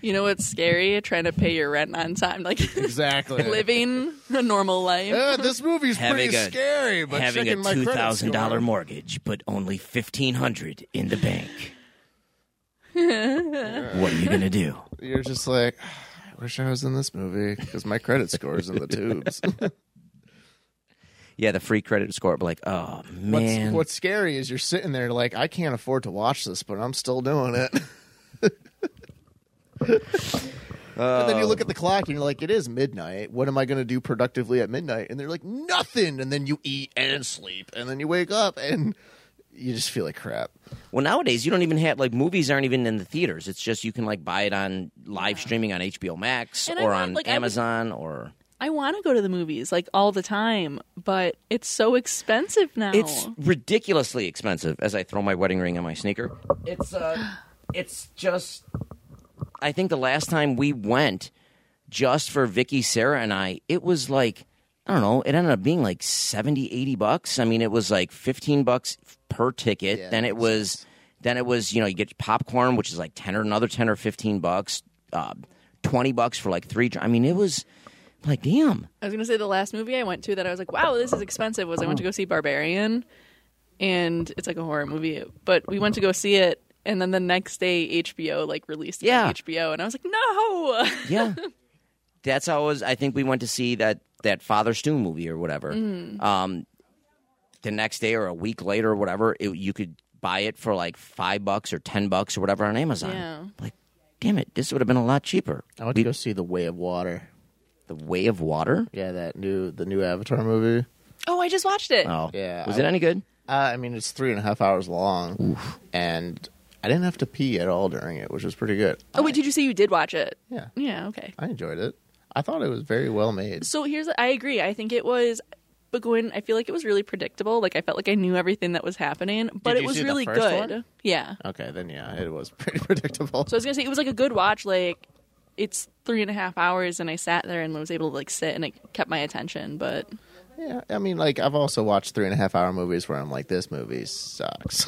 C: You know what's scary? Trying to pay your rent on time, like
D: Exactly.
C: living a normal life.
D: Uh, this movie's
B: Having
D: pretty
B: a-
D: scary, but
B: Having a
D: checking my credit
B: $2,000
D: score.
B: mortgage, but only 1500 in the bank. what are you going to do?
D: You're just like, I wish I was in this movie because my credit score is in the tubes.
B: Yeah, the free credit score, but like, oh
D: what's,
B: man.
D: what's scary is you're sitting there like, I can't afford to watch this, but I'm still doing it. But then you look at the clock and you're like, it is midnight. What am I going to do productively at midnight? And they're like, nothing. And then you eat and sleep. And then you wake up and you just feel like crap.
B: Well, nowadays you don't even have like movies aren't even in the theaters. It's just you can like buy it on live streaming on HBO Max
C: And I
B: or
C: want-
B: on
C: like, I would-
B: Amazon or
C: I want to go to the movies like all the time, but it's so expensive now.
B: it's ridiculously expensive. As I throw my wedding ring on my sneaker, it's uh, it's just. I think the last time we went, just for Vicky, Sarah, and I, it was like I don't know. It ended up being like 70, 80 bucks. I mean, it was like fifteen bucks per ticket.
D: Yeah,
B: then
D: that
B: it
D: makes
B: was, then it was you know you get popcorn, which is like ten or another ten or fifteen bucks, uh, twenty bucks for like three. dr- I mean, it was like damn.
C: I was gonna say the last movie I went to that I was like, wow, this is expensive. Was I went to go see Barbarian, and it's like a horror movie, but we went to go see it, and then the next day HBO like released it
B: Yeah.
C: on HBO, and I was like, no,
B: Yeah. That's how I was. I think we went to see that that Father Stew movie or whatever. Um, the next day or a week later or whatever, it, you could buy it for like five bucks or ten bucks or whatever on Amazon.
C: Yeah.
B: Like, damn it, this would have been a lot cheaper.
D: I want to go see The Way of Water.
B: The Way of Water.
D: Yeah, that new, the new Avatar movie.
C: oh, I just watched it.
B: Oh,
D: Yeah,
B: Was
D: I-
B: it any good?
D: Uh, I mean, it's three and a half hours long. And I didn't have to pee at all during it, which was pretty good.
C: Oh wait, did you say you did watch it?
D: Yeah,
C: Yeah, okay.
D: I enjoyed it. I thought it was very well made.
C: So here's I agree. I think it was but Gwen, I feel like it was really predictable. Like I felt like I knew everything that was happening, but
D: Did
C: it
D: you
C: was
D: see the
C: really
D: first
C: good.
D: one?
C: Yeah.
D: Okay, then yeah, it was pretty predictable.
C: So I was gonna say it was like a good watch. Like it's three and a half hours, and I sat there and was able to like sit, and it kept my attention. But
D: Yeah, I mean, like I've also watched three and a half hour movies where I'm like, this movie sucks.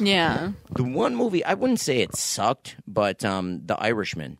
C: yeah,
B: The one movie I wouldn't say it sucked, but um, The Irishman.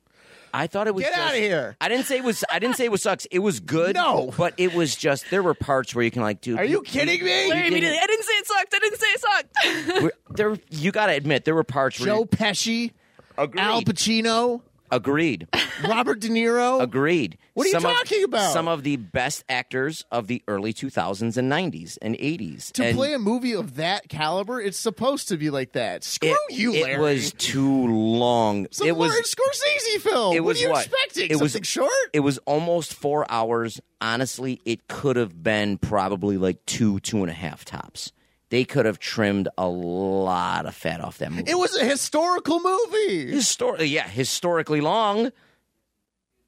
B: I thought it was
D: Get
B: just-
D: outta here.
B: I didn't say it was. I didn't say it was sucks. It was good.
D: No.
B: but it was just there were parts where you can like, dude,
D: Are you kidding me?
C: Larry immediately. I didn't say it sucked. I didn't say it sucked.
B: We're- there you got to admit there were parts where
D: Joe
B: you-
D: Pesci,
B: agreed,
D: Al Pacino,
B: agreed,
D: Robert De Niro.
B: agreed.
D: What are you
B: Some of-
D: talking about?
B: Some of the best actors of the early 2000s and 90s and 80s.
D: to
B: and
D: play a movie of that caliber, it's supposed to be like that. Screw
B: it,
D: you, Larry.
B: it was too long.
D: It's a
B: it was
D: Martin Scorsese film.
B: it
D: what
B: was
D: are you
B: what?
D: expecting?
B: It was-
D: Something short?
B: it was almost four hours. Honestly, it could have been probably like two, two and a half tops. They could have trimmed a lot of fat off that movie.
D: It was a historical movie.
B: Histor- yeah, historically long.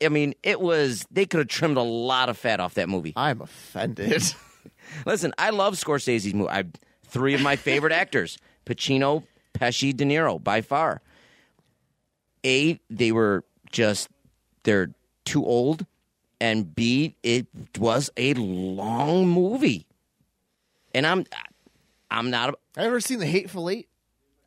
B: I mean, it was. They could have trimmed a lot of fat off that movie.
D: I'm offended.
B: Listen, I love Scorsese's movie. I, three of my favorite actors: Pacino, Pesci, De Niro, by far. A, they were just they're too old, and B, it was a long movie. And I'm I'm not
D: Have you ever seen The Hateful Eight?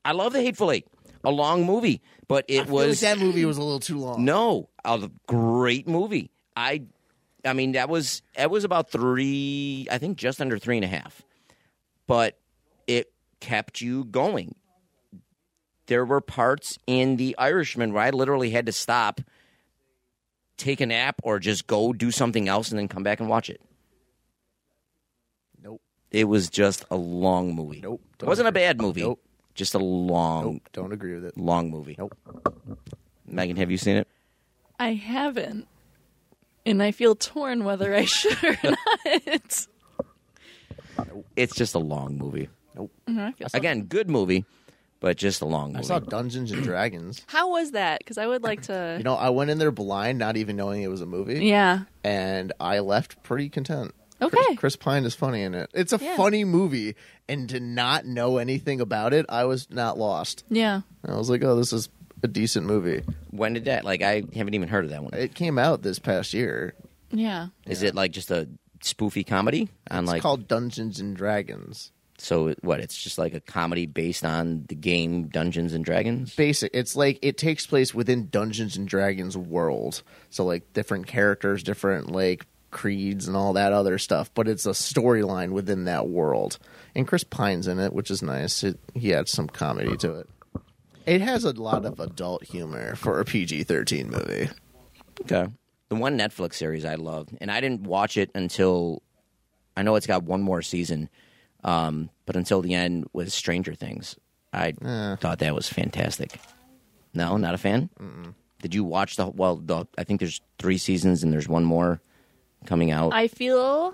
B: I love the Hateful Eight, a long movie, but it
D: I feel like
B: was
D: that movie was a little too long.
B: no, a great movie. I, I mean, that was that was about three. I think just under three and a half, but it kept you going. There were parts in The Irishman where I literally had to stop, take a nap, or just go do something else, and then come back and watch it.
D: Nope.
B: It was just a long movie.
D: Nope.
B: It wasn't a
D: Don't
B: bad movie.
D: Nope.
B: Just a long,
D: Nope, don't agree with it.
B: long movie.
D: Nope.
B: Megan, have you seen it?
C: I haven't. And I feel torn whether I should or not.
B: It's just a long movie.
C: I feel so-
B: Again, good movie, but just a long movie.
D: I saw Dungeons and Dragons.
C: How was that? Because I would like to.
D: You know, I went in there blind, not even knowing it was a movie.
C: yeah.
D: and I left pretty content.
C: Okay.
D: Chris, Chris Pine is funny in it. It's a
C: Yeah.
D: funny movie, and to not know anything about it, I was not lost.
C: Yeah.
D: I was like, "Oh, this is a decent movie."
B: when did that? Like, I haven't even heard of that one. Is
D: It came out this past year.
C: Yeah.
B: it like just a spoofy comedy on
D: It's
B: like
D: called Dungeons and Dragons.
B: so it- what? It's just like a comedy based on the game Dungeons and Dragons.
D: Basic. It's like it takes place within Dungeons and Dragons world. So like different characters, different like creeds and all that other stuff, but it's a storyline within that world. And Chris Pine's in it, which is nice. It, he adds some comedy to it. It has a lot of adult humor for a PG-13 movie.
B: Okay. The one Netflix series I loved, and I didn't watch it until I know it's got one more season, um, but until the end was Stranger Things. I thought that was fantastic. No, not a fan. Did you watch the well? The I think there's three seasons and there's one more coming out.
C: I feel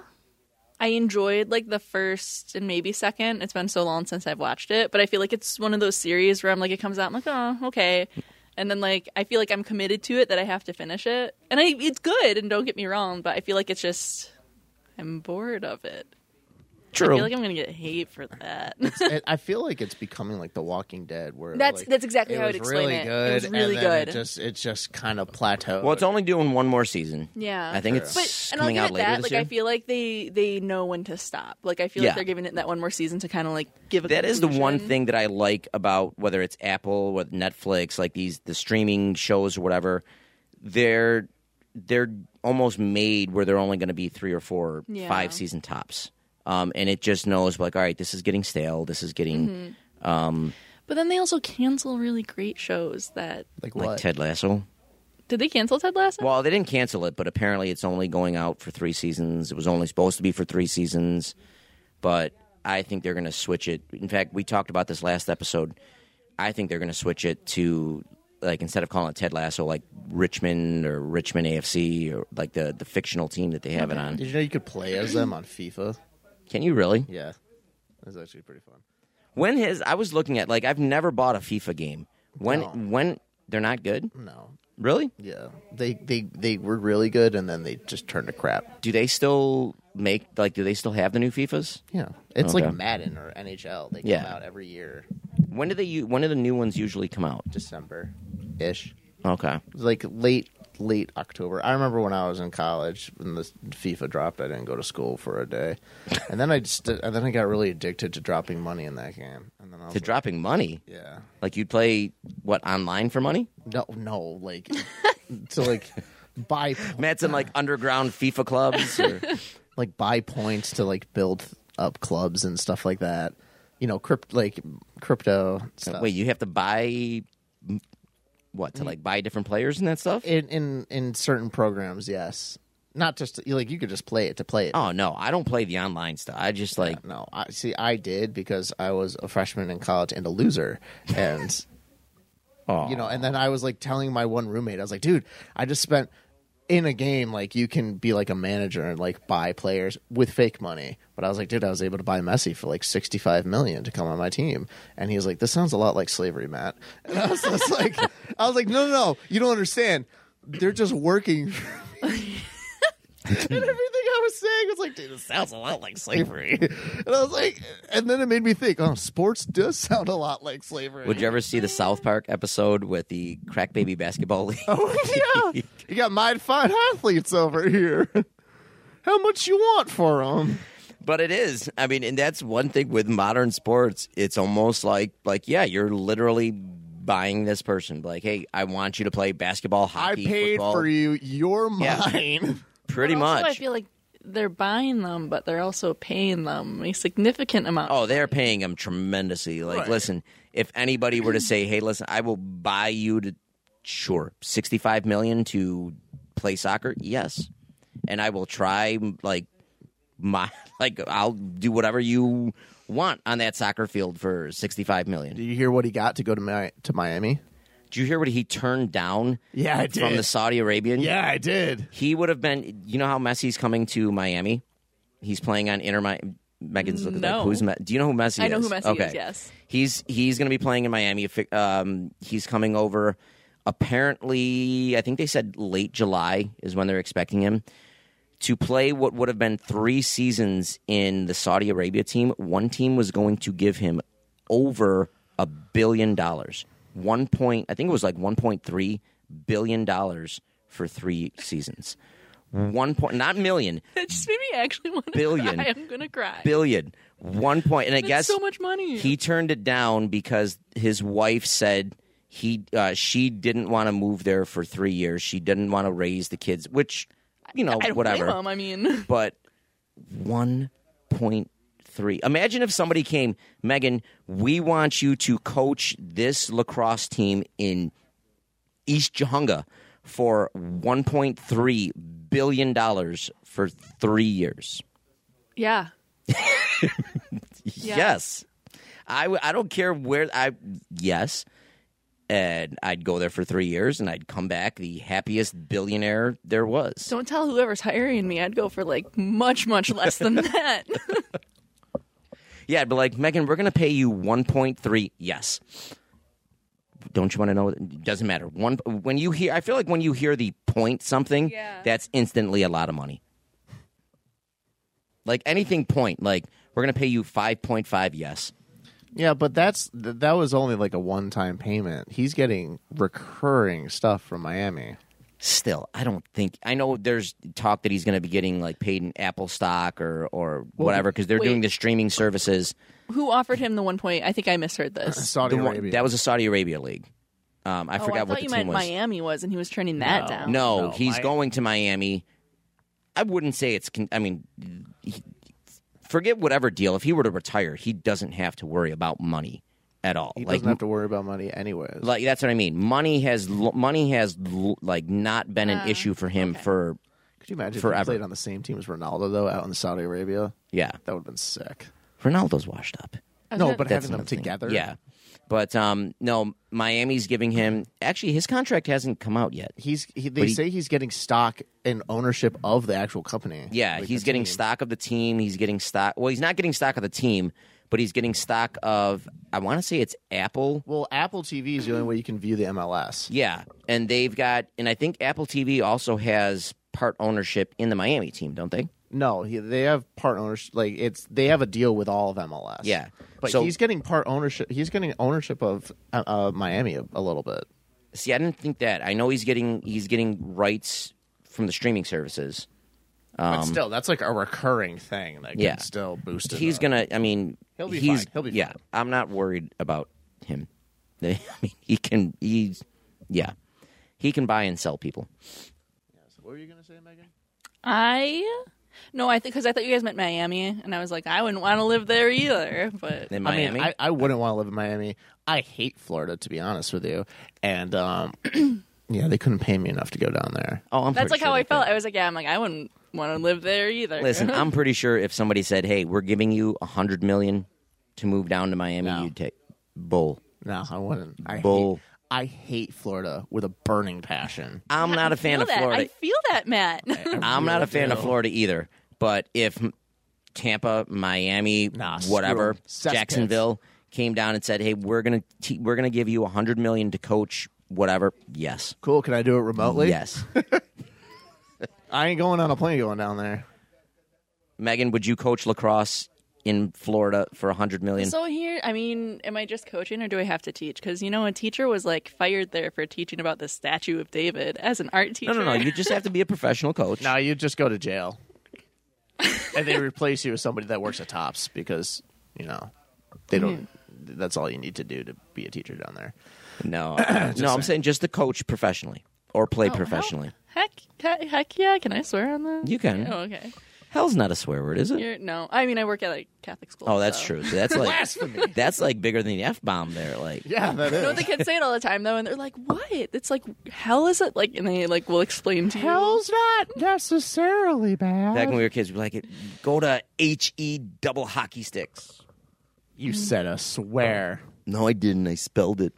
C: I enjoyed like the first and maybe second. It's been so long since I've watched it, but I feel like it's one of those series where I'm like, it comes out, I'm like, oh, okay. And then like I feel like I'm committed to it that I have to finish it, and I it's good. And don't get me wrong, but I feel like it's just I'm bored of it. I
B: True.
C: feel like I'm gonna get hate for that.
D: It- I feel like it's becoming like The Walking Dead where
C: That's-
D: like,
C: that's exactly
D: it
C: how I would
D: was
C: explain
D: really
C: it. It
D: Good,
C: was really
D: and then It
C: good.
D: just it just kind of plateaued.
B: well, it's only doing one more season.
C: Yeah.
B: I think it's
C: but and I'll
B: coming
C: give
B: out
C: it
B: later
C: that.
B: this
C: Like
B: year.
C: I feel like they they know when to stop. Like I feel
B: Yeah.
C: like they're giving it that one more season to kind of like give. a
B: that is the one
C: conclusion.
B: thing that I like about whether it's Apple or Netflix, like these the streaming shows or whatever. They're they're almost made where they're only going to be three or four, or
C: Yeah.
B: five season tops, um, and it just knows like, all right, this is getting stale. This is getting
C: But then they also cancel really great shows that
D: like
B: like
D: what?
B: Ted Lasso.
C: Did they cancel Ted Lasso?
B: Well, they didn't cancel it, but apparently it's only going out for three seasons. It was only supposed to be for three seasons, but I think they're going to switch it. In fact, we talked about this last episode. I think they're going to switch it to like instead of calling it Ted Lasso, like Richmond or Richmond AFC or like the the fictional team that they have it on.
D: Did you know you could play as them on FIFA?
B: Can you really?
D: Yeah. That's actually pretty fun.
B: When has I was looking at like I've never bought a FIFA game. When
D: No.
B: when they're not good?
D: No.
B: Really?
D: Yeah. They they they were really good and then they just turned to crap.
B: Do they still make like do they still have the new FIFAs?
D: Yeah. It's
B: Okay.
D: like Madden or NHL. They come
B: Yeah.
D: out every year,
B: When do they u- when do the new ones usually come out?
D: December ish.
B: Okay.
D: Like late late October. I remember when I was in college when the FIFA dropped, I didn't go to school for a day. And then I just and then I got really addicted to dropping money in that game. And then I was
B: to
D: like,
B: dropping money.
D: yeah.
B: Like you'd play what online for money?
D: No no, like to like buy
B: Matt's in like underground FIFA clubs. Or,
D: like buy points to like build up clubs and stuff like that. You know, crypt like crypto stuff.
B: wait, you have to buy what to like buy different players and that stuff?
D: in in in certain programs, yes. Not just like you could just play it to play it.
B: oh no, I don't play the online stuff. I just like
D: No, I see. I did because I was a freshman in college and a loser, and
B: oh
D: you know, and then I was like telling my one roommate, I was like, dude, I just spent in a game like you can be like a manager and like buy players with fake money. But I was like, dude, I was able to buy Messi for like sixty five million to come on my team. And he was like, This sounds a lot like slavery, Matt. And I was just like I was like, No no no, you don't understand. They're just working for me." And everything I was was saying. I was like, dude, this sounds a lot like slavery. And I was like, and then it made me think, oh, sports does sound a lot like slavery.
B: Would you ever see the South Park episode with the crack baby basketball league?
D: Oh, yeah. you got my fine athletes over here. How much you want for them?
B: But it is. I mean, and that's one thing with modern sports. It's almost like like yeah, you're literally buying this person. Like, hey, I want you to play basketball,
D: I
B: hockey,
D: paid
B: football.
D: for you. You're
B: Yeah.
D: mine.
B: Pretty
C: But also,
B: much.
C: I feel like they're buying them, but they're also paying them a significant amount.
B: Oh, they're paying him tremendously. Like,
D: Right.
B: listen, if anybody were to say, "Hey, listen, I will buy you to sure sixty-five million to play soccer," yes, and I will try like my like I'll do whatever you want on that soccer field for sixty-five
D: Did
B: million.
D: you hear what he got to go to Mi- to Miami?
B: Did you hear what he turned down?
D: Yeah, I
B: from
D: did.
B: the Saudi Arabian.
D: Yeah, I did.
B: he would have been. You know how Messi's coming to Miami? He's playing on Inter. Mi- Megan's looking
C: No.
B: like who's Me- Do you know who Messi is?
C: I know who Messi is,
B: okay.
C: yes.
B: he's he's going to be playing in Miami. If it- Um, he's coming over. Apparently, I think they said late July is when they're expecting him to play what would have been three seasons in the Saudi Arabia team. One team was going to give him over a billion dollars. One point, I think it was like one point three billion dollars for three seasons. One point, not million,
C: That just made me actually want to
B: Billion.
C: Cry. I'm gonna cry.
B: billion. One point, and I
C: That's
B: guess
C: so much money.
B: he turned it down because his wife said he uh, she didn't want to move there for three years. She didn't want to raise the kids, which you know
C: I don't
B: whatever.
C: blame him. I mean,
B: But one point three. Imagine if somebody came, Megan. We want you to coach this lacrosse team in East Jahunga for one point three billion dollars for three years.
C: yeah.
B: Yes. I, w- I don't care where I yes. And I'd go there for three years and I'd come back the happiest billionaire there was.
C: Don't tell whoever's hiring me. I'd go for like much, much less than that.
B: yeah, I'd be like, Megan, we're gonna pay you one point three yes. Don't you want to know? Doesn't matter. One when you hear, I feel like when you hear the point something,
C: Yeah.
B: that's instantly a lot of money. Like anything point, like we're gonna pay you five point five. Yes,
D: Yeah, but that's th- that was only like a one time payment. He's getting recurring stuff from Miami.
B: still i don't think i know there's talk that he's going to be getting like paid in apple stock or or whatever because they're
C: wait.
B: doing the streaming services
C: Who offered him the one point? I think I misheard this.
D: Saudi
B: The one-
D: Arabia.
B: that was a saudi arabia league um, i
C: oh,
B: forgot
C: I thought
B: what the
C: you
B: team
C: meant
B: was
C: Miami was, and he was turning that down.
B: no,
D: No,
B: he's
D: Mi-
B: going to miami i wouldn't say it's con- i mean he- forget whatever deal if he were to retire he doesn't have to worry about money at all
D: he
B: like
D: doesn't have to worry about money anyways.
B: like that's what i mean money has l- money has l- like not been an
C: Uh,
B: issue for him for
D: Could you imagine if
B: forever.
D: he played on the same team as Ronaldo though, out in Saudi Arabia?
B: yeah
D: That would have been sick.
B: ronaldo's washed up
C: I was
D: No,
C: gonna-
D: but having them
B: another thing.
D: together.
B: Yeah. But um, no, Miami's giving him. Actually, his contract hasn't come out yet.
D: He's he, they
B: he-
D: say he's getting stock and ownership of the actual company.
B: Yeah,
D: Like
B: he's
D: the
B: getting
D: team.
B: stock of the team. He's getting stock. Well, he's not getting stock of the team, but he's getting stock of. I want to say it's Apple.
D: Well, Apple TV is the only way you can view the MLS.
B: Yeah, and they've got, and I think Apple TV also has part ownership in the Miami team, don't they?
D: No, he, they have part ownership. Like it's they have a deal with all of MLS.
B: Yeah.
D: but
B: So-
D: he's getting part ownership. He's getting ownership of uh, uh, Miami a, a little bit.
B: See, I didn't think that. I know he's getting he's getting rights from the streaming services.
D: but still, that's like a recurring thing that can
B: Um, yeah.
D: still boost it.
B: he's
D: up.
B: gonna. I mean,
D: He'll be
B: he's,
D: fine. He'll be
B: yeah.
D: fine.
B: I'm not worried about him. I mean, he can. He's yeah. He can buy and sell people.
D: What were you gonna say, Megan?
C: I no, I think because I thought you guys meant Miami, and I was like, I wouldn't want to live there either. But
B: In Miami,
D: I mean, I, I wouldn't want to live in Miami. I hate Florida, to be honest with you. And um, yeah, they couldn't pay me enough to go down there.
B: oh, I'm
C: that's like
B: pretty
C: how
B: sure
C: I
B: they
C: felt.
B: can.
C: I was like, yeah, I'm like, I wouldn't want to live there either.
B: Listen, I'm pretty sure if somebody said, "Hey, we're giving you a hundred million to move down to Miami,"
D: No.
B: you'd take bull.
D: No, I wouldn't. I
B: Bull.
D: hate, I hate Florida with a burning passion.
B: I'm not a
C: I
B: fan
C: feel
B: of
C: that.
B: Florida.
C: I feel that, Matt.
B: I'm not a fan of
D: do.
B: Florida either. But if M- Tampa, Miami,
D: Nah, screw
B: whatever,
D: 'em. Cesspits.
B: Jacksonville came down and said, "Hey, we're gonna te- we're gonna give you a hundred million to coach whatever," yes,
D: Cool. Can I do it remotely?
B: yes,
D: I ain't going on a plane going down there.
B: Megan, would you coach lacrosse in Florida for a hundred million?
C: So here, I mean, am I just coaching or do I have to teach? Because you know, a teacher was like fired there for teaching about the statue of David as an art
B: no,
C: teacher.
B: no, no. You just have to be a professional coach.
D: No, you just go to jail, and they replace you with somebody that works at Tops because you know they don't. That's all you need to do to be a teacher down there.
B: No, no. I'm saying just to coach professionally or play professionally.
C: heck, heck, heck, yeah. Can I swear on that?
B: You can.
C: Oh, okay.
B: Hell's not a swear word, is it?
C: You're, no, I mean, I work at like Catholic school.
B: oh, that's
C: so.
B: true. So that's like That's like bigger than the f bomb. There, like
D: Yeah, that
C: You
D: is.
C: know, the kids say it all the time though, and they're like, "What? It's like hell is it like?" And they like will explain to you.
D: not necessarily bad.
B: back when we were kids, we'd be like, "Go to H E double hockey sticks."
D: you said a swear.
B: No, I didn't. I spelled it.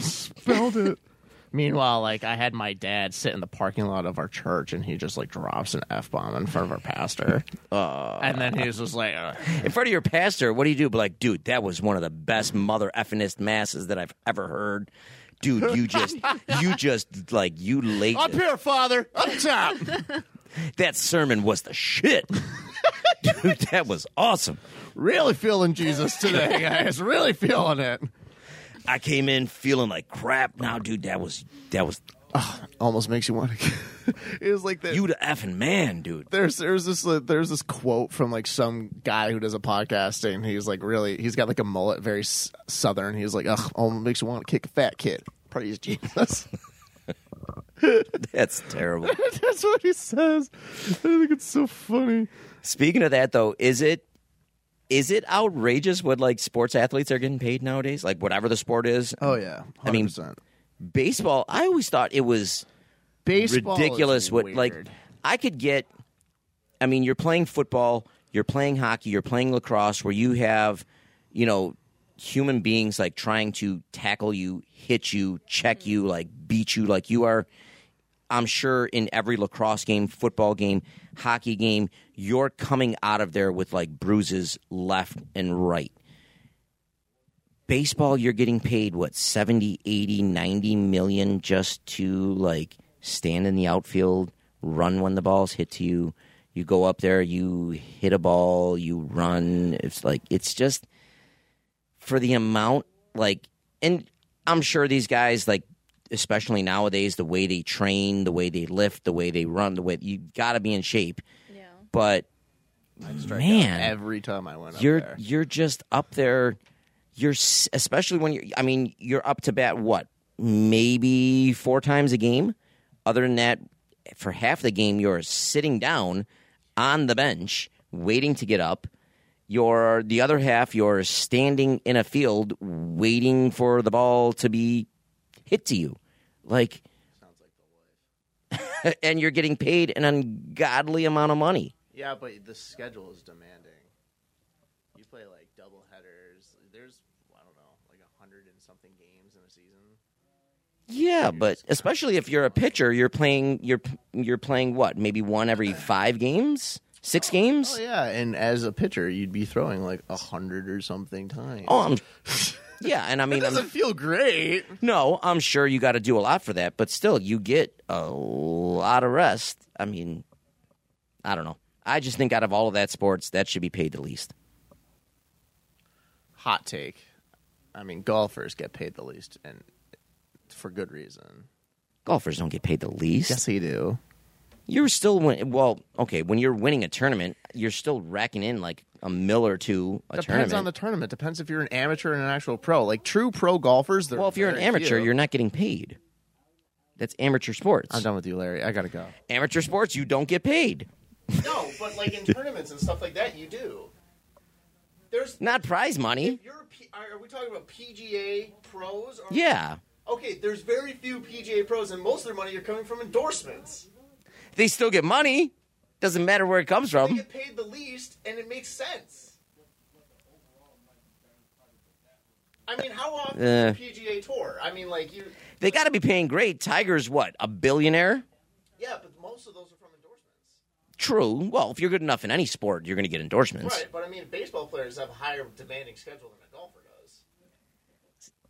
D: Spelled it. Meanwhile, like I had my dad sit in the parking lot of our church, and he just like drops an f bomb in front of our pastor, Uh, and then he was just like, uh,
B: in front of your pastor, what do you do? Be like, dude, that was one of the best mother effinest masses that I've ever heard. Dude, you just, you just like, you late.
D: "Up here, father, up top."
B: That sermon was the shit. dude, that was awesome.
D: really feeling Jesus today, guys. Really feeling it.
B: I came in feeling like crap. Now, dude, that was, that was,
D: Almost makes you want to. it was like that.
B: you the effing man, dude.
D: there's there's this uh, there's this quote from like some guy who does a podcasting. He's like really he's got like a mullet, very s- southern. He's like, ugh, almost makes you want to kick a fat kid. Praise Jesus.
B: That's terrible.
D: That's what he says. I think it's so funny.
B: Speaking of that, though, is it is it outrageous what like sports athletes are getting paid nowadays? Like whatever the sport is.
D: Oh yeah,
B: I mean, baseball. I always thought it was
D: baseball is
B: ridiculous. What like
D: weird.
B: I could get. I mean, you're playing football, you're playing hockey, you're playing lacrosse, where you have, you know, human beings like trying to tackle you, hit you, check
D: Mm-hmm.
B: you, like beat you, like you are. I'm sure in every lacrosse game, football game, hockey game, you're coming out of there with like bruises left and right. Baseball, you're getting paid what 70, 80, 90 million just to like stand in the outfield, run when the ball's hit to you. You go up there, you hit a ball, you run. It's like it's just for the amount like and i'm sure these guys like especially nowadays the way they train the way they lift the way they run the way you gotta be in shape
C: Yeah.
B: but man
D: every time I went up
B: you're
D: there,
B: you're just up there you're s- especially when you're i mean you're up to bat what maybe four times a game other than that for half the game you're sitting down on the bench waiting to get up your the other half you're standing in a field waiting for the ball to be hit to you like and you're getting paid an ungodly amount of money
D: yeah, but the schedule is demanding. You play like double headers. There's I don't know like a hundred and something games in a season.
B: Yeah, but especially if you're a pitcher, you're playing you're you're playing what? Maybe one every 5 games? 6 games?
D: Oh yeah, and as a pitcher, you'd be throwing like a hundred or something times.
B: Oh, I'm Yeah, and I mean I'm-
D: feel great.
B: no, I'm sure you got to do a lot for that, but still you get a lot of rest. I mean, I don't know. I just think out of all of that sports, that should be paid the least.
D: Hot take. I mean, golfers get paid the least, and for good reason.
B: Golfers don't get paid the least.
D: they do.
B: You're still win- well, okay, when you're winning a tournament, you're still racking in like a mill or two a
D: Depends
B: tournament.
D: on the tournament. Depends if you're an amateur and an actual pro. Like true pro golfers. They're
B: Well, if you're an
D: very
B: amateur,
D: few.
B: you're not getting paid. That's amateur sports.
D: I'm done with you, Larry. I gotta go.
B: Amateur sports, you don't get paid.
D: No, but like in tournaments and stuff like that, you do. There's.
B: Not prize money.
D: You're, are we talking about PGA pros? Or,
B: Yeah.
D: Okay, there's very few PGA pros, and most of their money are coming from endorsements.
B: They still get money. Doesn't matter where it comes from.
D: paid the least, and it makes sense. I mean, how often
B: is the
D: PGA Tour? I mean, like you.
B: They got to be paying great. Tiger's what? A billionaire?
D: Yeah, but most of those are from endorsements.
B: True. Well, if you're good enough in any sport, you're going to get endorsements.
D: Right, but I mean, baseball players have a higher demanding schedule than a golfer does.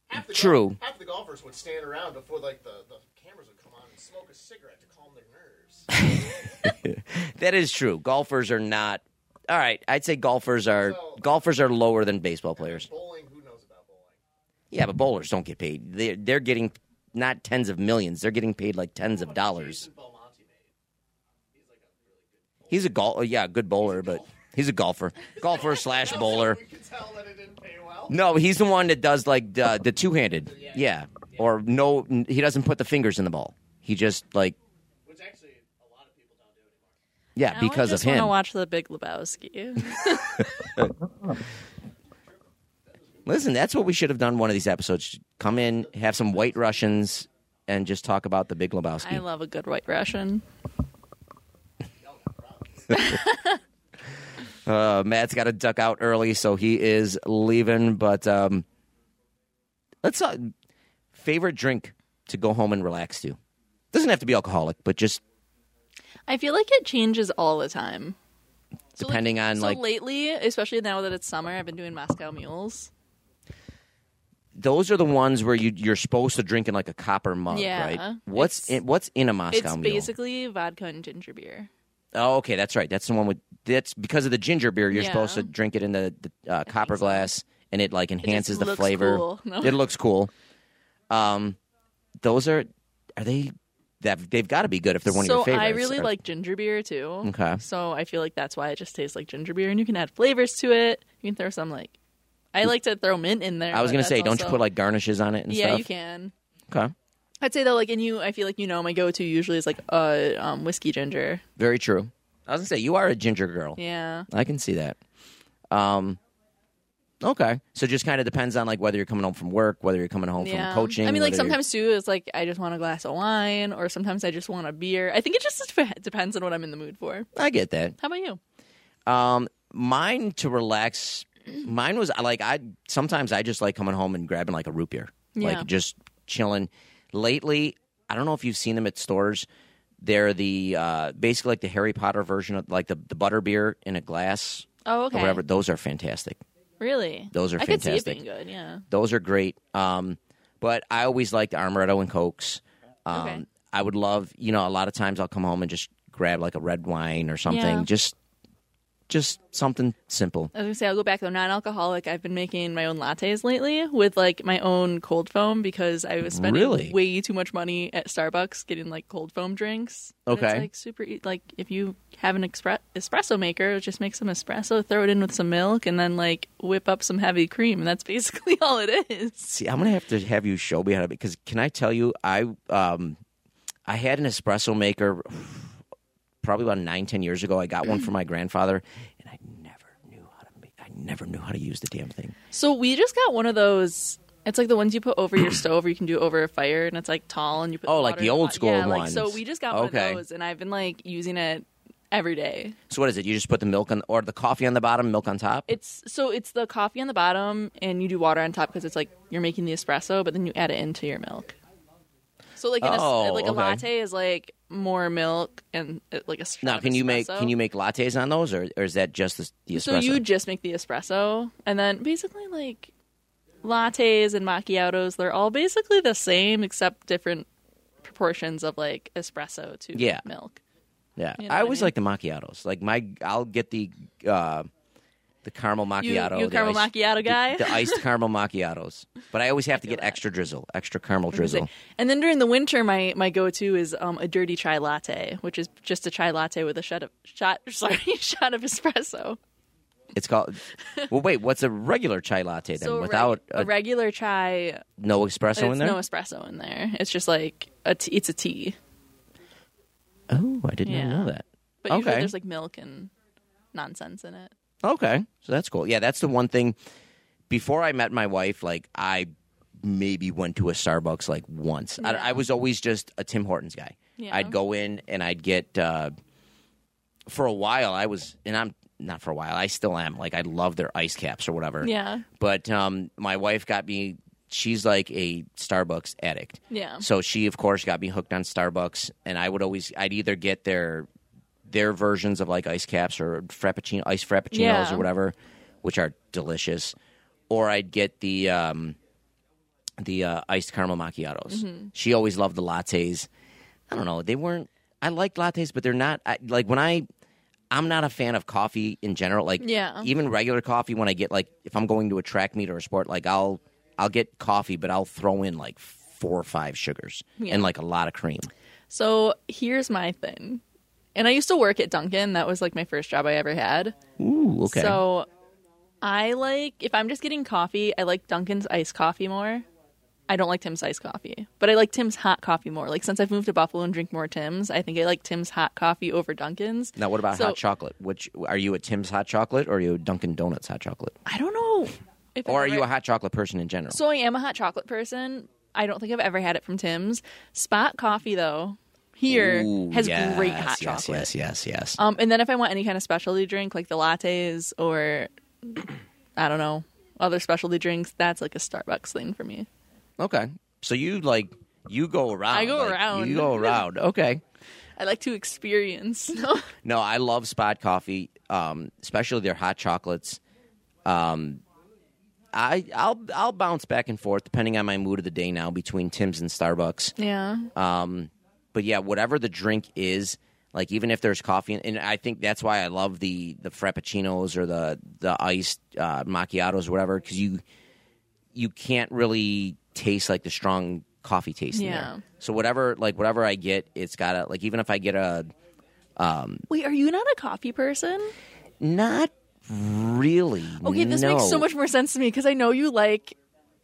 D: Half the gol-
B: True.
D: half the golfers would stand around before like the, the cameras would come on and smoke a cigarette to calm their nerves.
B: That is true. Golfers are not all right. I'd say golfers are golfers are lower than baseball players.
E: Bowling, who knows about bowling?
B: Yeah, but bowlers don't get paid. They're they're getting not tens of millions. They're getting paid like tens of dollars. He's a gol yeah, good bowler, but he's a golfer, golfer slash bowler.
E: You can tell that it didn't pay well.
B: No, he's the one that does like the, the two handed. Yeah. Or no, n- he doesn't put the fingers in the ball. He just like. Which
C: Now
B: actually a lot of people don't do anymore. Yeah, because
C: I just
B: of
C: want to
B: him.
C: watch The Big Lebowski.
B: Listen, that's what we should have done one of these episodes. Come in, have some white Russians, and just talk about the Big Lebowski.
C: I love a good White Russian.
B: Uh, Matt's got to duck out early, so he is leaving. But um, let's uh, favorite drink to go home and relax to. Doesn't have to be alcoholic, but just
C: I feel like it changes all the time. So,
B: depending on
C: so
B: like
C: lately, especially now that it's summer, I've been doing Moscow mules.
B: those are the ones where you you're supposed to drink in like a copper mug,
C: Yeah,
B: right? What's
C: it's-
B: in, what's in a Moscow
C: it's
B: Mule?
C: basically vodka and ginger beer.
B: oh, okay, that's right. That's the one with that's because of the ginger beer. You're
C: Yeah.
B: supposed to drink it in the, the uh, copper glass, and it like enhances the
C: looks
B: flavor.
C: cool. No.
B: It looks cool. Um, those are are they? That they've got to be good if they're one
C: so
B: of your favorites.
C: I really
B: Are-
C: like ginger beer too.
B: Okay.
C: So I feel like that's why it just tastes like ginger beer, and you can add flavors to it. You can throw some like, I like to throw mint in there.
B: Mm. I was
C: but
B: gonna
C: that's
B: say, don't you
C: also-
B: put like garnishes on it and
C: Yeah,
B: stuff?
C: you can.
B: Okay,
C: I'd say though, like, and you, I feel like you know my go-to usually is like uh um, whiskey ginger.
B: very true. I was gonna say you are a ginger girl.
C: Yeah.
B: I can see that. Um, okay, so just kind of depends on like whether you're coming home from work, whether you're coming home
C: Yeah.
B: from coaching.
C: I mean, like
B: whether you're-
C: sometimes too, it's like I just want a glass of wine, or sometimes I just want a beer. I think it just dep- depends on what I'm in the mood for.
B: I get that.
C: How about you?
B: Um, mine to relax. Mine was I like I sometimes I just like coming home and grabbing like a root beer,
C: Yeah.
B: like just chilling. Lately, I don't know if you've seen them at stores. They're the uh, basically like the Harry Potter version of like the the butter beer in a glass
C: Oh, okay.
B: or whatever. Those are fantastic.
C: Really?
B: Those are
C: I could see it
B: fantastic.
C: being good. Yeah.
B: Those are great. Um, but I always liked amaretto and cokes. Um,
C: Okay.
B: I would love, you know, a lot of times I'll come home and just grab like a red wine or something,
C: Yeah.
B: just just something simple.
C: I was gonna say I'll go back though. Non-alcoholic. I've been making my own lattes lately with like my own cold foam because I was spending
B: Really?
C: way too much money at Starbucks getting like cold foam drinks. And
B: Okay.
C: It's like super. e- Like if you have an expre- espresso maker, just make some espresso, throw it in with some milk, and then like whip up some heavy cream, and that's basically all it is.
B: See, I'm gonna have to have you show me how to because can I tell you I um I had an espresso maker probably about nine ten years ago. I got one for my grandfather, and I never knew how to make. I never knew how to use the damn thing.
C: So we just got one of those. It's like the ones you put over your stove, or you can do over a fire, and it's like tall, and you put
B: Oh, like
C: water
B: the
C: in
B: old
C: pot.
B: school
C: yeah, Like, so
B: ones.
C: we just got one
B: Okay.
C: of those, and I've been like using it every day.
B: So what is it? You just put the milk on or the coffee on the bottom, milk on top.
C: It's so it's the coffee on the bottom, and you do water on top because it's like you're making the espresso, but then you add it into your milk. So like an es-
B: Oh,
C: like a
B: okay.
C: latte is like more milk and uh, like a shot
B: Now,
C: of
B: can you make
C: espresso.
B: can you make lattes on those, or, or is that just the, the espresso?
C: So you just make the espresso, and then basically like lattes and macchiatos, they're all basically the same except different proportions of like espresso to
B: Yeah.
C: milk.
B: yeah,
C: you know
B: I
C: what I
B: always
C: mean?
B: like the macchiatos. Like my, I'll get the uh, the caramel macchiato.
C: you
B: the
C: caramel
B: ice-
C: macchiato
B: the-
C: guy?
B: The, iced caramel macchiatos. But I always have to get extra drizzle, extra caramel drizzle.
C: And then during the winter, my, my go to is um, a dirty chai latte, which is just a chai latte with a shot of shot sorry shot of espresso.
B: It's called. well, wait, what's a regular chai latte then,
C: a reg-
B: without
C: a,
B: a,
C: regular chai,
B: no espresso in
C: it's
B: there?
C: no espresso in there. It's just like a t- it's a tea,
B: oh, I didn't
C: Yeah.
B: know that.
C: but usually
B: Okay.
C: there's like milk and nonsense in it.
B: Okay, so that's cool. Yeah, that's the one thing. Before I met my wife, like I maybe went to a Starbucks like once. I, I was always just a Tim Hortons guy.
C: Yeah.
B: I'd go in and I'd get. Uh, for a while, I was, and I'm not for a while. I still am. Like I love their ice caps or whatever.
C: Yeah.
B: But um, my wife got me. She's like a Starbucks addict.
C: Yeah.
B: So she, of course, got me hooked on Starbucks, and I would always, I'd either get their their versions of like ice caps or frappuccino, ice frappuccinos
C: Yeah.
B: or whatever, which are delicious, or I'd get the um, the uh, iced caramel macchiatos.
C: Mm-hmm.
B: She always loved the lattes. I don't know, they weren't. I like lattes, but they're not I, like when I. I'm not a fan of coffee in general. Like,
C: Yeah.
B: even regular coffee. When I get like, if I'm going to a track meet or a sport, like I'll I'll get coffee, but I'll throw in like four or five sugars
C: Yeah.
B: and like a lot of cream.
C: So here's my thing. And I used to work at Dunkin'. That was like my first job I ever had.
B: Ooh, okay.
C: So I like if I'm just getting coffee, I like Dunkin's iced coffee more. I don't like Tim's iced coffee, but I like Tim's hot coffee more. Like since I've moved to Buffalo and drink more Tim's, I think I like Tim's hot coffee over Dunkin's.
B: now, what about
C: so-
B: hot chocolate? Which are you a Tim's hot chocolate or are you a Dunkin' Donuts hot chocolate,
C: I don't know. If
B: or are
C: I've
B: you
C: ever-
B: a hot chocolate person in general?
C: So I am a hot chocolate person. I don't think I've ever had it from Tim's. Spot coffee though here
B: Ooh,
C: has
B: yes,
C: great hot
B: yes,
C: chocolate.
B: Yes, yes, yes.
C: Um, and then if I want any kind of specialty drink, like the lattes or I don't know other specialty drinks, that's like a Starbucks thing for me.
B: okay, so you like you go around.
C: I go
B: like,
C: around.
B: You go around. Okay.
C: I like to experience. No.
B: No, I love spot coffee, um, especially their hot chocolates. Um, I I'll I'll bounce back and forth depending on my mood of the day now between Tim's and Starbucks.
C: yeah.
B: But yeah, whatever the drink is, like even if there's coffee, in- and I think that's why I love the the frappuccinos or the the iced uh, macchiatos, or whatever, because you you can't really taste like the strong coffee taste. in
C: Yeah.
B: there. So whatever, like whatever I get, it's gotta like even if I get a
C: Wait, are you not a coffee person?
B: Not really.
C: Okay, this makes so
B: no.
C: much more sense to me because I know you like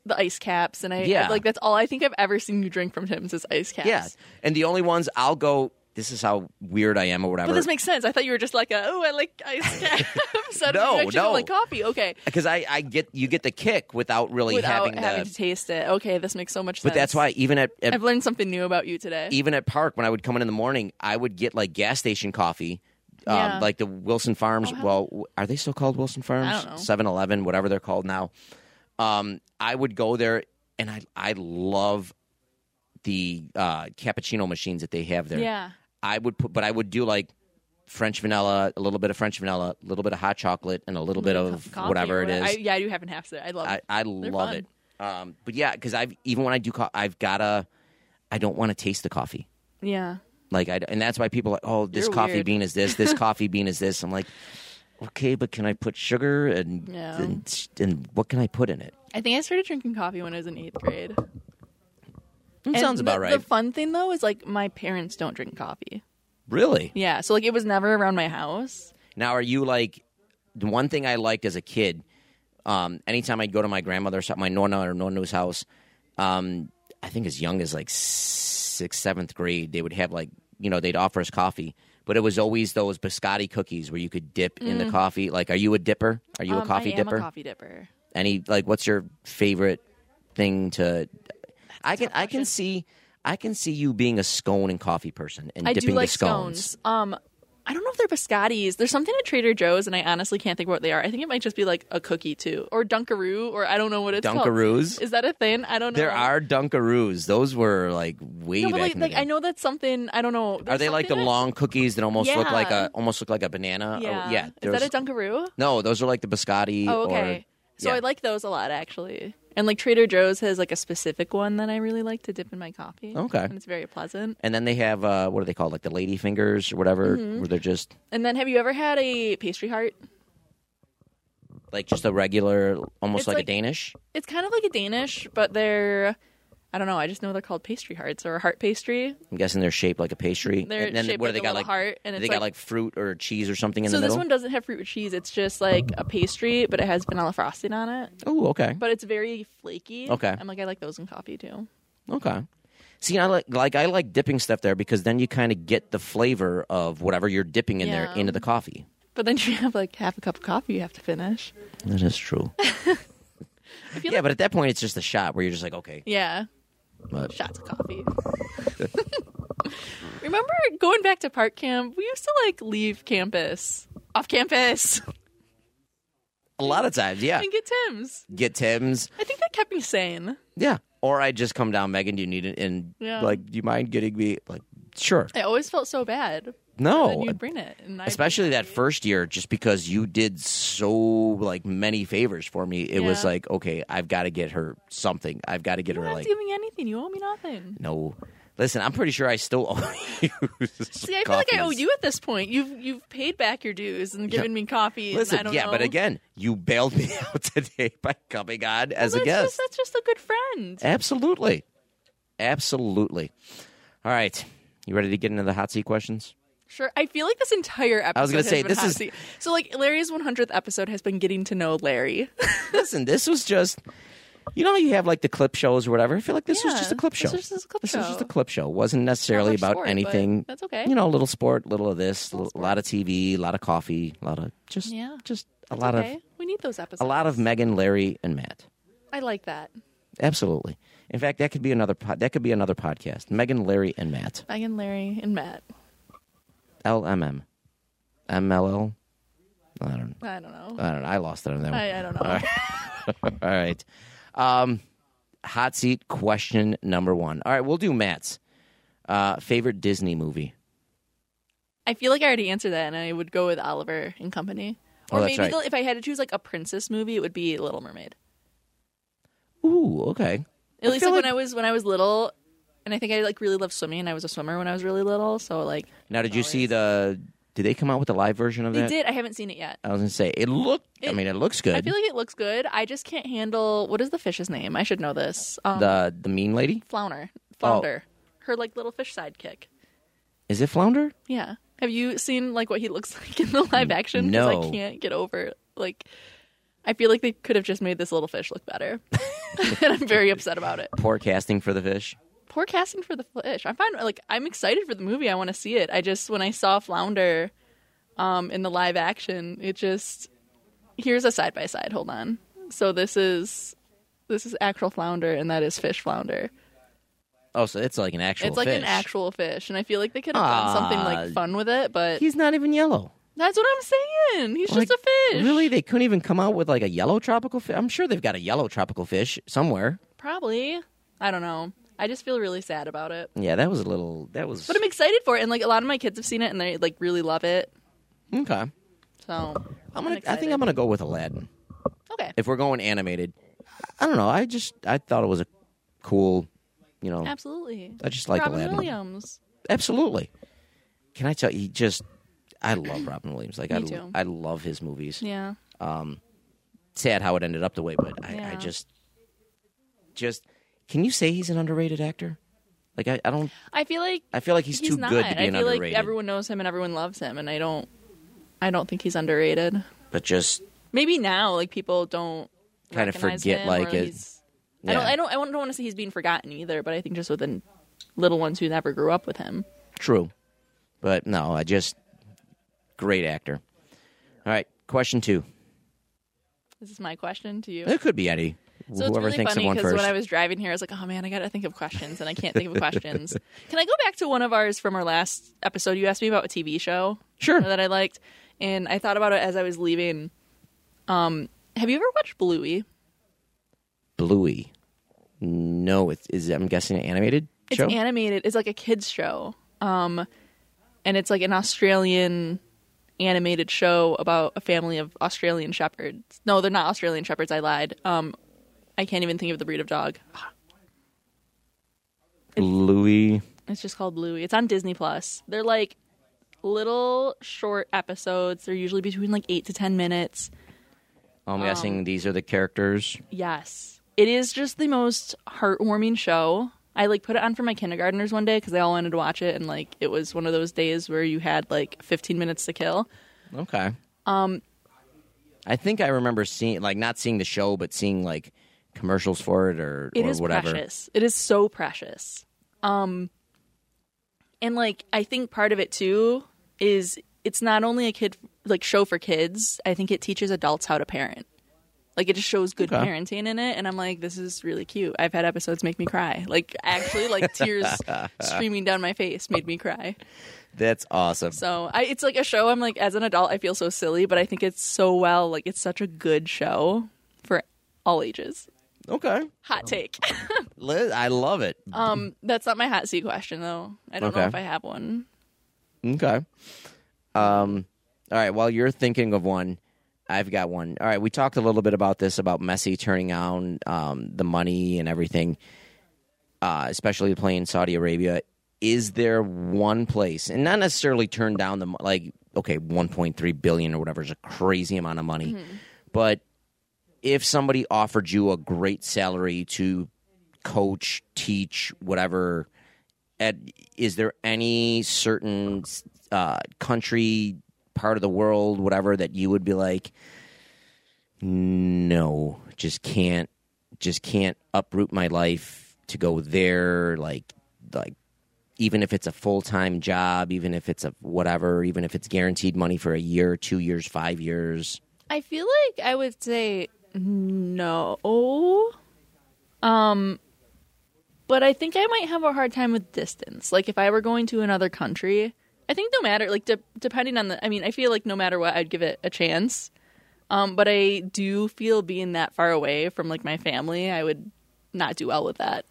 C: the ice caps, and I
B: Yeah.
C: like that's all I think I've ever seen you drink from Tim's is ice caps.
B: Yeah, and the only ones I'll go. This is how weird I am, or whatever.
C: But this makes sense. I thought you were just like, a, oh, I like ice caps. I
B: No,
C: actually
B: no.
C: don't like coffee. Okay.
B: because I, I get you get the kick without really
C: Without
B: having
C: having,
B: the.
C: to taste it. Okay, this makes so much sense.
B: but that's why even at, at
C: I've learned something new about you today.
B: even at park when I would come in in the morning, I would get like gas station coffee, um,
C: Yeah. Oh,
B: like the Wilson Farms. well, w- are they still called Wilson
C: I don't know.
B: Farms? Seven Eleven, whatever they're called now. Um, I would go there, and I I love the uh, cappuccino machines that they have there.
C: Yeah.
B: I would put, but I would do like French vanilla, a little bit of French vanilla, a little bit of hot chocolate, and a little bit of
C: Coffee
B: whatever
C: or
B: it is.
C: I, yeah, I do have in half there. I love
B: I,
C: it.
B: I
C: They're
B: love
C: fun.
B: it. Um, but yeah, because I've even when I do, co- I've gotta, I don't want to taste the coffee.
C: Yeah.
B: Like, I, and that's why people are like, oh, this
C: You're
B: coffee
C: weird.
B: bean is this, this coffee bean is this. I'm like, okay, but can I put sugar and
C: Yeah.
B: and, and what can I put in it?
C: I think I started drinking coffee when I was in eighth grade.
B: That
C: And
B: sounds about
C: the,
B: right.
C: The fun thing though is like my parents don't drink coffee.
B: really?
C: Yeah, so like it was never around my house.
B: Now, are you like the one thing I liked as a kid? Um, anytime I'd go to my grandmother's, my nonna or nonno's house, um, I think as young as like sixth, seventh grade, they would have like you know they'd offer us coffee, but it was always those biscotti cookies where you could dip in the coffee. Like, are you a dipper? Are you
C: Mm. Um,
B: a coffee
C: I am
B: dipper?
C: a coffee dipper.
B: Any like, what's your favorite thing to? I can I can see I can see you being a scone and coffee person and
C: I
B: dipping
C: do like
B: the scones.
C: scones. Um, I don't know if they're biscottis. There's something at Trader Joe's, and I honestly can't think of what they are. I think it might just be like a cookie too, or Dunkaroo, or I don't know what it's called.
B: Dunkaroos?
C: Is that a thing? I don't know.
B: There are Dunkaroos. Those were like way
C: No,
B: back
C: but like,
B: in the
C: like
B: day.
C: I know that's something. I don't know.
B: Are
C: There's
B: they like the
C: something that-
B: long cookies that almost look like
C: Yeah.
B: a almost look like a banana? Or-
C: Yeah.
B: yeah.
C: Is that
B: there's-
C: a Dunkaroo?
B: no, those are like the biscotti.
C: Oh,
B: or-
C: okay. so
B: yeah.
C: I like those a lot actually. And like Trader Joe's has like a specific one that I really like to dip in my coffee.
B: Okay.
C: And it's very pleasant.
B: And then they have uh, what are they called? Like the lady fingers or whatever,
C: Mm-hmm.
B: where they're just
C: And then have you ever had a pastry heart?
B: like just a regular, almost
C: It's
B: like,
C: like-
B: a Danish.
C: It's kind of like a Danish, but they're I don't know, I just know they're called pastry hearts or a heart pastry.
B: I'm guessing they're shaped like a pastry.
C: They're
B: and then
C: shaped
B: what
C: like
B: do they
C: a
B: got
C: little
B: like
C: heart, and
B: do
C: it's
B: they
C: like-
B: got like fruit or cheese or something in
C: so
B: the
C: this
B: middle.
C: one doesn't have fruit or cheese, it's just like a pastry, but it has vanilla frosting on it.
B: oh, okay.
C: But it's very flaky.
B: Okay.
C: I'm like I like those in coffee too.
B: Okay. See, I like like I like dipping stuff there because then you kind of get the flavor of whatever you're dipping in there
C: Yeah.
B: into the coffee.
C: But then you have like half a cup of coffee you have to finish.
B: That is true. yeah, but at that point, it's just a shot where you're just like, okay,
C: Yeah.
B: but
C: shots of coffee. Remember going back to park camp? We used to like leave campus, off campus,
B: a lot of times, yeah,
C: and get Tim's.
B: get Tim's,
C: I think that kept me sane.
B: yeah, or I just come down, Megan, do you need it? And
C: Yeah.
B: like, do you mind getting me? Like, sure,
C: I always felt so bad. Then
B: no,
C: you'd bring it, and I'd be
B: especially that
C: happy.
B: first year, just because you did so like many favors for me, it was
C: Yeah.
B: like, okay, I've got to get her something, I've got to get
C: You
B: her
C: don't have
B: like
C: to give me anything. You owe me nothing.
B: no. Listen, I'm pretty sure I still owe you.
C: See, I feel like I owe you at this point. You've you've paid back your dues and given me coffee.
B: Listen,
C: and I don't
B: yeah,
C: know.
B: but again, you bailed me out today by coming on as a
C: that's
B: guest.
C: just, that's just a good friend.
B: Absolutely. Absolutely. All right. You ready to get into the hot seat questions?
C: Sure. I feel like this entire episode.
B: was gonna
C: going to
B: say, this is-
C: so. Like Larry's 100th episode has been getting to know Larry.
B: Listen, this was just you know how you have like the clip shows or whatever. I feel like this was
C: Yeah,
B: just a clip show.
C: this was just a clip
B: This was just
C: show.
B: a clip show. It wasn't necessarily
C: much
B: about
C: sport, but
B: anything.
C: that's okay.
B: You know, a little sport, little of this, a lot of TV, a lot of coffee, a lot of just
C: Yeah.
B: just a lot
C: okay.
B: of
C: we need those episodes.
B: a lot of Megan, Larry, and Matt.
C: I like that.
B: Absolutely. In fact, that could be another pod, that could be another podcast. Megan, Larry, and Matt.
C: Megan, Larry, and Matt.
B: LMM. MLL. I don't know.
C: I don't know.
B: I don't know. I lost it on that one.
C: I, I don't know.
B: All right. Um, hot seat question number one. All right, we'll do Matt's uh, favorite Disney movie.
C: I feel like I already answered that, and I would go with Oliver and Company.
B: Oh,
C: Or
B: that's
C: maybe
B: right.
C: the- if I had to choose like a princess movie, it would be Little Mermaid.
B: Ooh, okay.
C: At least
B: feel
C: like,
B: like-
C: when I was when I was little, and I think I like really loved swimming, and I was a swimmer when I was really little. So like
B: Now, did you see the? Did they come out with a live version of
C: they
B: that?
C: did. I haven't seen it yet.
B: I was gonna say it looked. I
C: It-
B: mean, it looks good.
C: I feel like it looks good. I just can't handle what is the fish's name? I should know this. Um,
B: the Oh. the mean lady
C: flounder, flounder, her like little fish sidekick.
B: is it Flounder?
C: Yeah. Have you seen like what he looks like in the live action? 'Cause
B: No.
C: I can't get over like. I feel like they could have just made this little fish look better, and I'm very upset about it.
B: Poor casting for the fish.
C: Poor casting for the fish. I find like I'm excited for the movie. I want to see it. I just when I saw Flounder, um, in the live action, it just here's a side by side. Hold on. So this is this is actual flounder, and that is fish flounder.
B: Oh, so it's like an actual.
C: it's like an
B: fish.
C: actual fish, and I feel like they could have done something
B: Ah.
C: like fun with it, but
B: He's not even yellow.
C: that's what I'm saying. He's
B: Like,
C: just a fish.
B: Really, they couldn't even come out with like a yellow tropical fish. I'm sure they've got a yellow tropical fish somewhere.
C: Probably. I don't know. I just feel really sad about it.
B: Yeah, that was a little. That was
C: But I'm excited for it, and like a lot of my kids have seen it, and they like really love it.
B: okay.
C: So I'm
B: I'm gonna. I think I'm gonna go with Aladdin.
C: Okay.
B: If we're going animated, I don't know. I just I thought it was a cool, you know.
C: Absolutely.
B: I just like
C: Robin
B: Aladdin.
C: Williams.
B: Absolutely. Can I tell you? Just I love Robin Williams. Like I,
C: Me too.
B: I love his movies.
C: Yeah.
B: Sad how it ended up the way, but I, I
C: Yeah.
B: just, just can you say he's an underrated actor? Like I, I don't.
C: I feel like
B: I feel like he's, too
C: not.
B: good to be
C: I
B: an
C: feel
B: underrated.
C: like everyone knows him and everyone loves him, and I don't. I don't think he's underrated.
B: But just
C: Maybe now, like people don't
B: Kinda
C: recognize
B: forget,
C: him,
B: like,
C: or
B: it-
C: he's- I don't.
B: yeah.
C: I don't. I don't want to say he's being forgotten either, but I think just with the little ones who never grew up with him.
B: True. But no, I just great actor. All right, question two.
C: This is my question to you.
B: It could be any.
C: So
B: Whoever
C: it's really
B: thinks
C: funny
B: of one
C: because
B: first.
C: when I was driving here, I was like, "Oh man, I gotta think of questions," and I can't think of questions. Can I go back to one of ours from our last episode? You asked me about a TV show
B: Sure.
C: that I liked, and I thought about it as I was leaving. Um, have you ever watched Bluey?
B: Bluey. No, it's is I'm guessing an animated
C: It's
B: show.
C: animated. It's like a kids show, um, and it's like an Australian animated show about a family of Australian shepherds. No, they're not Australian shepherds. I lied. Um, I can't even think of the breed of dog.
B: Bluey.
C: It's just called Bluey. It's on Disney Plus. They're like little short episodes. They're usually between like eight to ten minutes. Um,
B: I'm guessing these are the characters.
C: Yes, it is just the most heartwarming show. I like put it on for my kindergartners one day because they all wanted to watch it, and like it was one of those days where you had like fifteen minutes to kill.
B: Okay. Um I think I remember seeing like not seeing the show but seeing like commercials for it or
C: It
B: or
C: is
B: whatever.
C: precious. It is so precious. Um and like I think part of it too is it's not only a kid like show for kids, I think it teaches adults how to parent. Like it just shows good
B: Okay.
C: parenting in it and I'm like this is really cute. I've had episodes make me cry. Like actually like tears streaming down my face made me cry.
B: That's awesome.
C: So I it's like a show I'm like as an adult I feel so silly, but I think it's so well like it's such a good show for all ages.
B: Okay.
C: Hot take.
B: Liz, I love it.
C: Um, that's not my hot seat question though. I don't
B: Okay.
C: know if I have one.
B: Okay. Um. All right. While you're thinking of one, I've got one. All right. We talked a little bit about this about Messi turning down um, the money and everything. uh, especially playing Saudi Arabia. Is there one place, and not necessarily turn down the mo- like, okay, one point three billion or whatever is a crazy amount of money, but if somebody offered you a great salary to coach, teach, whatever, at, is there any certain uh, country, part of the world, whatever, that you would be like, no, just can't, just can't uproot my life to go there, like, like, even if it's a full time job, even if it's a whatever, even if it's guaranteed money for a year, two years, five years.
C: I feel like I would say no. Um but I think I might have a hard time with distance. Like if I were going to another country, I think no matter like de- depending on the I mean, I feel like no matter what I'd give it a chance. Um but I do feel being that far away from like my family, I would not do well with that.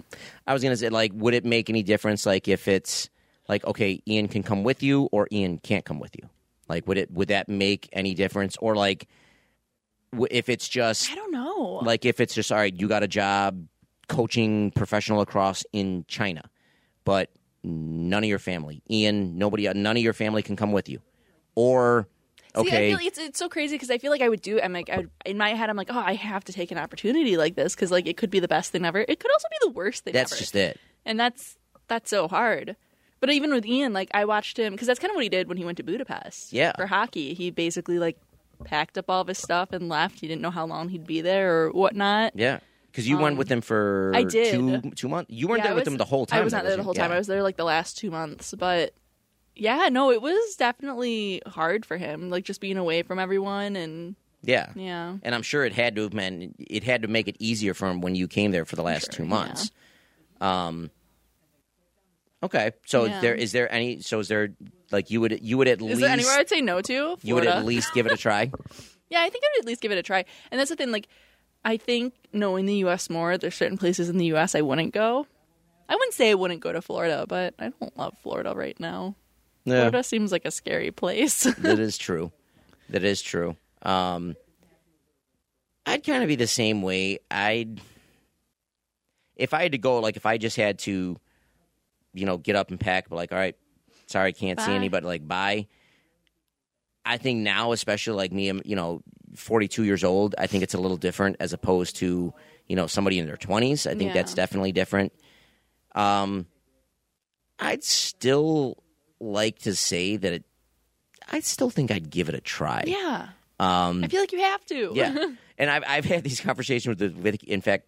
B: I was gonna say, like, would it make any difference, like, if it's like, okay, Ian can come with you or Ian can't come with you? Like, would it would that make any difference, or like, w- if it's just
C: I don't know.
B: like if it's just all right, you got a job coaching professional lacrosse in China, but none of your family, Ian, nobody, none of your family can come with you, or okay,
C: See, I feel it's it's so crazy because I feel like I would do. I'm like, I would, in my head, I'm like, oh, I have to take an opportunity like this because like it could be the best thing ever. It could also be the worst thing
B: that's
C: ever.
B: just it.
C: and that's that's so hard. But even with Ian, like I watched him because that's kind of what he did when he went to Budapest.
B: Yeah.
C: for hockey, he basically like packed up all of his stuff and left. He didn't know how long he'd be there or whatnot.
B: Yeah, because you went with them for
C: Um, I did.
B: two two months. You weren't
C: Yeah,
B: there
C: I
B: with
C: was-
B: them the whole time.
C: I was not
B: though,
C: there the
B: you?
C: whole time.
B: Yeah.
C: I was there like the last two months, but yeah, no, it was definitely hard for him, like just being away from everyone and
B: Yeah.
C: yeah.
B: And I'm sure it had to have meant it had to make it easier for him when you came there for the last two months. Um Okay. So
C: Yeah.
B: there is there any so is there like you would you would at
C: Is
B: least
C: there anywhere I'd say no to?
B: you would
C: Florida.
B: at least give it a try?
C: Yeah, I think I'd at least give it a try. And that's the thing, like, I think knowing the U.S. more, there's certain places in the U.S. I wouldn't go. I wouldn't say I wouldn't go to Florida, but I don't love Florida right now. Florida seems like a scary place.
B: that is true. That is true. Um, I'd kind of be the same way. I'd if I had to go, like if I just had to, you know, get up and pack, but like, all right, sorry, I can't see
C: Bye.
B: anybody. Like, bye. I think now, especially like me, I'm, you know, 42 years old. I think it's a little different as opposed to you know somebody in their 20s. I think
C: Yeah.
B: that's definitely different. Um, I'd still like to say that it I still think I'd give it a try.
C: yeah,
B: Um,
C: I feel like you have to.
B: yeah. And I've, I've had these conversations with, the, with, in fact,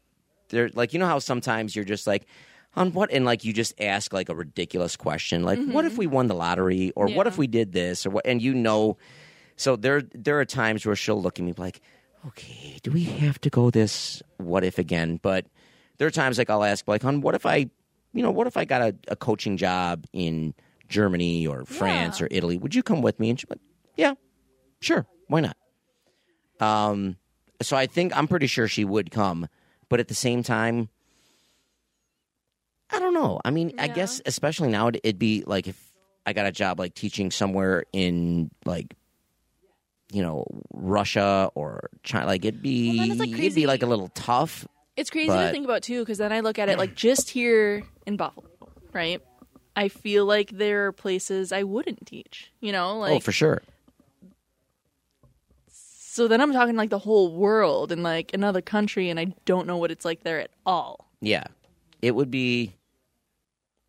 B: they're like, you know how sometimes you're just like, on what? And like, you just ask like a ridiculous question, like, what if we won the lottery or what if
C: Mm-hmm. Yeah.
B: we did this or what? And you know, so there, there are times where she'll look at me like, okay, do we have to go this what if again? But there are times like I'll ask, like, hon, what if I, you know, what if I got a, a coaching job in Germany or France
C: Yeah.
B: or Italy? Would you come with me? And she's like, yeah, sure, why not? Um, so I think I'm pretty sure she would come, but at the same time, I don't know. I mean, I
C: Yeah.
B: guess especially now it'd- it'd be like if I got a job like teaching somewhere in like you know Russia or China, like it'd be
C: Well, then it's, like,
B: it'd be
C: crazy.
B: like a little tough.
C: It's crazy
B: But-
C: to think about too, because then I look at it like just here in Buffalo, right? I feel like there are places I wouldn't teach. You know, like
B: oh, for sure.
C: so. Then I'm talking like the whole world and like another country, and I don't know what it's like there at all.
B: Yeah, it would be.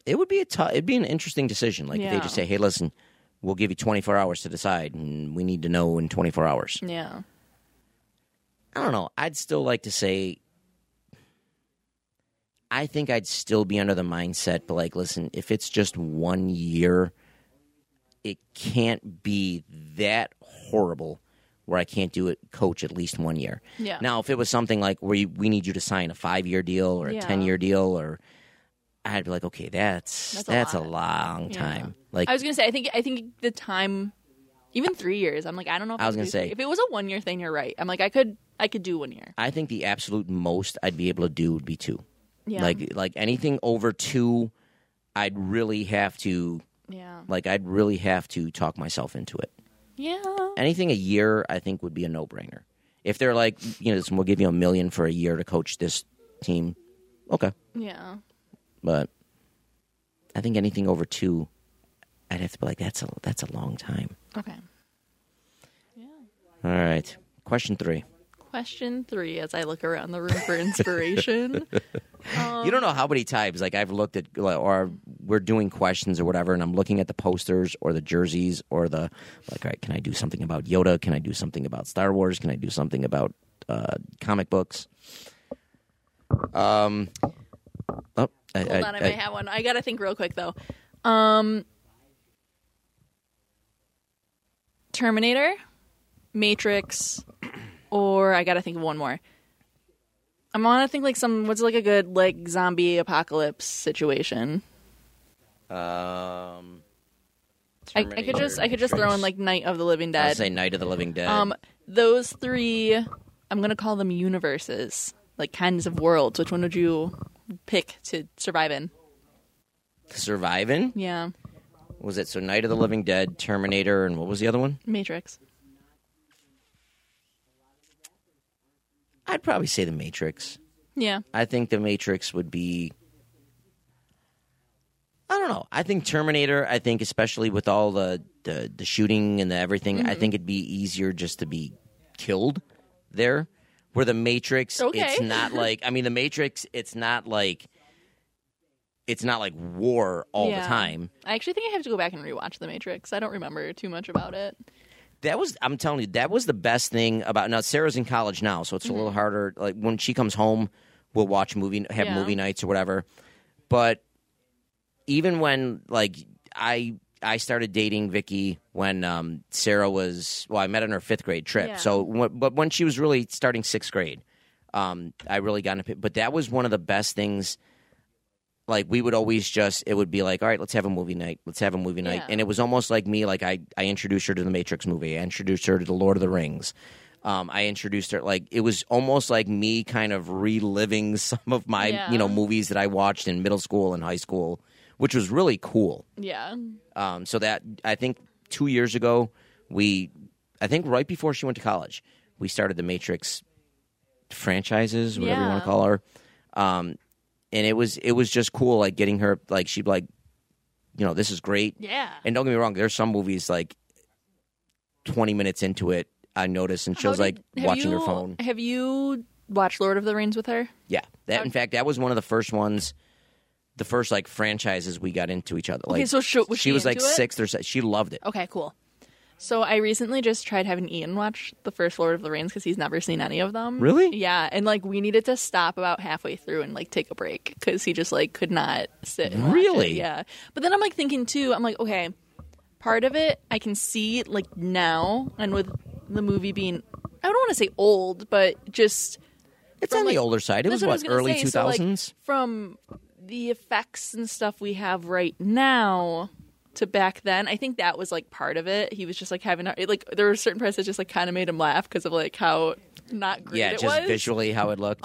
B: It would be a tough. It'd be an interesting decision. Like if they
C: Yeah.
B: just say, "Hey, listen, we'll give you 24 hours to decide, and we need to know in 24 hours."
C: Yeah.
B: I don't know. I'd still like to say I think I'd still be under the mindset, but like, listen, if it's just one year, it can't be that horrible where I can't do it coach at least one year.
C: Yeah.
B: Now, if it was something like where you, we need you to sign a five year deal or a
C: Yeah.
B: ten year deal, or I'd be like, okay, that's that's
C: That's
B: a,
C: a
B: long
C: Yeah.
B: time. Like,
C: I was gonna say, I think, I think the time, even three years. I'm like, I don't know. If
B: I was
C: could
B: gonna
C: do
B: say-
C: three. if it was a one year thing, you're right. I'm like, I could, I could do one year.
B: I think the absolute most I'd be able to do would be two.
C: Yeah,
B: Like like anything over two, I'd really have to
C: yeah,
B: like I'd really have to talk myself into it.
C: yeah.
B: Anything a year, I think would be a no brainer. If they're like, you know, listen, we'll give you a million for a year to coach this team. Okay,
C: Yeah.
B: But I think anything over two, I'd have to be like, that's a that's a long time.
C: Okay.
B: All right. Question three.
C: Question three as I look around the room for inspiration.
B: you don't know how many times like I've looked at like, or we're doing questions or whatever, and I'm looking at the posters or the jerseys or the like. All right, can I do something about Yoda? Can I do something about Star Wars? Can I do something about uh, comic books? Um. Oh, I,
C: Hold
B: I-
C: on, I,
B: I-
C: may have one. I gotta think real quick though. Um Terminator, Matrix, or I gotta think of one more. I am wanna think like some what's like a good like zombie apocalypse situation.
B: Um,
C: I, I could just I could just throw in like Night of the Living
B: I
C: Dead.
B: say Night of the Living Dead.
C: Um, those three, I'm gonna call them universes, like kinds of worlds. Which one would you pick to survive in?
B: Surviving
C: Yeah,
B: was it? So Night of the Living Dead, Terminator, and what was the other one?
C: Matrix.
B: I'd probably say The Matrix.
C: Yeah,
B: I think The Matrix would be. I don't know. I think Terminator. I think especially with all the the, the shooting and the everything,
C: Mm-hmm.
B: I think it'd be easier just to be killed there. Where the Matrix, it's
C: Okay.
B: not like. I mean, the Matrix, it's not like. It's not like war all the
C: Yeah.
B: time.
C: I actually think I have to go back and rewatch The Matrix. I don't remember too much about it.
B: That was I'm telling you, that was the best thing about now Sarah's in college now, so it's a little harder. Like when she comes home, we'll watch movie have
C: Mm-hmm. Yeah.
B: movie nights or whatever. But even when like I I started dating Vicky when um, Sarah was well, I met on her fifth grade trip.
C: Yeah.
B: So, wh- but when she was really starting sixth grade, um, I really got into. But that was one of the best things. Like we would always just it would be like, all right, let's have a movie night. Let's have a movie night,
C: Yeah.
B: and it was almost like me. Like I I introduced her to the Matrix movie. I introduced her to the Lord of the Rings. Um, I introduced her like it was almost like me kind of reliving some of my
C: Yeah.
B: you know movies that I watched in middle school and high school, which was really cool.
C: Yeah,
B: Um, so that I think two years ago, we, I think right before she went to college, we started the Matrix franchises, whatever you want
C: Yeah.
B: to call her. Um, and it was it was just cool, like getting her, like she'd be like, you know, this is great.
C: yeah.
B: And don't get me wrong, there's some movies like twenty minutes into it, I noticed, and she
C: How
B: was like
C: did- have
B: watching her
C: you-
B: phone.
C: Have you watched Lord of the Rings with her?
B: Yeah, that in fact, that was one of the first ones, the first like franchises we got into each other. Like,
C: so she- was she
B: was like
C: into it?
B: sixth or se- she loved it.
C: Okay, cool. So I recently just tried having Ian watch the first Lord of the Rings because he's never seen any of them.
B: Really?
C: Yeah, and like we needed to stop about halfway through and like take a break because he just like could not sit. And watch it.
B: Really?
C: Yeah. But then I'm like thinking too. I'm like, okay, part of it I can see like now, and with the movie being, I don't want to say old, but just
B: It's
C: from,
B: on the
C: like-
B: older side. It
C: that's
B: was what,
C: I gonna
B: early
C: say.
B: two
C: So, like,
B: thousands.
C: from the effects and stuff we have right now to back then, I think that was like part of it. He was just like having a- like there were certain parts that just like kind of made him laugh because of like how not great
B: yeah,
C: it
B: just
C: was. Um,
B: visually how it looked.